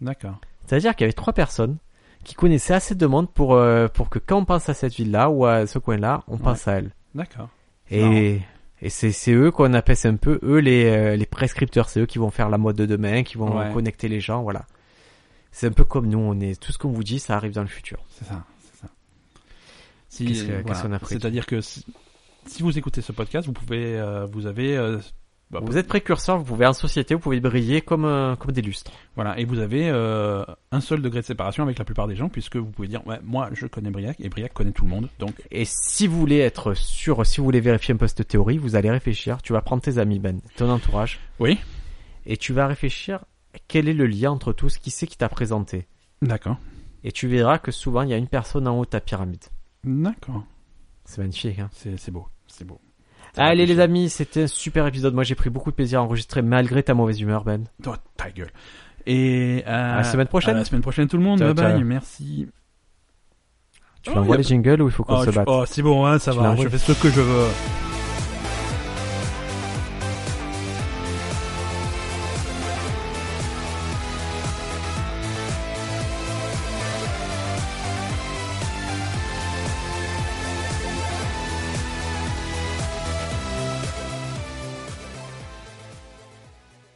Speaker 2: D'accord.
Speaker 1: C'est-à-dire qu'il y avait trois personnes qui connaissaient assez de monde pour, euh, pour que quand on pense à cette ville-là ou à ce coin-là, on pense à elle.
Speaker 2: D'accord.
Speaker 1: Et, et c'est, c'est eux qu'on appelle c'est un peu eux les, euh, les prescripteurs, c'est eux qui vont faire la mode de demain, qui vont
Speaker 2: Ouais.
Speaker 1: connecter les gens, voilà. C'est un peu comme nous, on est tout ce qu'on vous dit, ça arrive dans le futur.
Speaker 2: C'est ça. C'est ça. Si, euh,
Speaker 1: Qu'est-ce que- qu'est-ce qu'on a pris
Speaker 2: C'est-à-dire que si, si vous écoutez ce podcast, vous pouvez, euh, vous avez, euh, bah,
Speaker 1: vous êtes précurseur, vous pouvez en société, vous pouvez briller comme euh, comme des lustres.
Speaker 2: voilà, et vous avez euh, un seul degré de séparation avec la plupart des gens, puisque vous pouvez dire, ouais, moi, je connais Briac et Briac connaît tout le monde, donc
Speaker 1: Et si vous voulez être sûr, si vous voulez vérifier un peu cette théorie, vous allez réfléchir. Tu vas prendre tes amis, Ben, ton entourage.
Speaker 2: Oui.
Speaker 1: Et tu vas réfléchir quel est le lien entre tous, qui c'est qui t'a présenté.
Speaker 2: d'accord,
Speaker 1: Et tu verras que souvent il y a une personne en haut de ta pyramide.
Speaker 2: d'accord,
Speaker 1: C'est magnifique. Hein
Speaker 2: c'est c'est beau, c'est beau. Ça
Speaker 1: Allez
Speaker 2: réfléchit.
Speaker 1: les amis, c'était un super épisode. Moi j'ai pris beaucoup de plaisir à enregistrer malgré ta mauvaise humeur, Ben.
Speaker 2: Oh, ta gueule. Et euh,
Speaker 1: la semaine prochaine.
Speaker 2: à la semaine prochaine, tout le monde.
Speaker 1: Ciao,
Speaker 2: bye bye.
Speaker 1: ciao.
Speaker 2: Merci.
Speaker 1: Tu
Speaker 2: Oh,
Speaker 1: m'envoies
Speaker 2: y a
Speaker 1: les jingles ou il faut qu'on
Speaker 2: Oh,
Speaker 1: se
Speaker 2: tu-
Speaker 1: batte
Speaker 2: oh, c'est bon, hein, ça
Speaker 1: Tu
Speaker 2: va,
Speaker 1: l'as
Speaker 2: je
Speaker 1: envoyé.
Speaker 2: fais ce que je veux.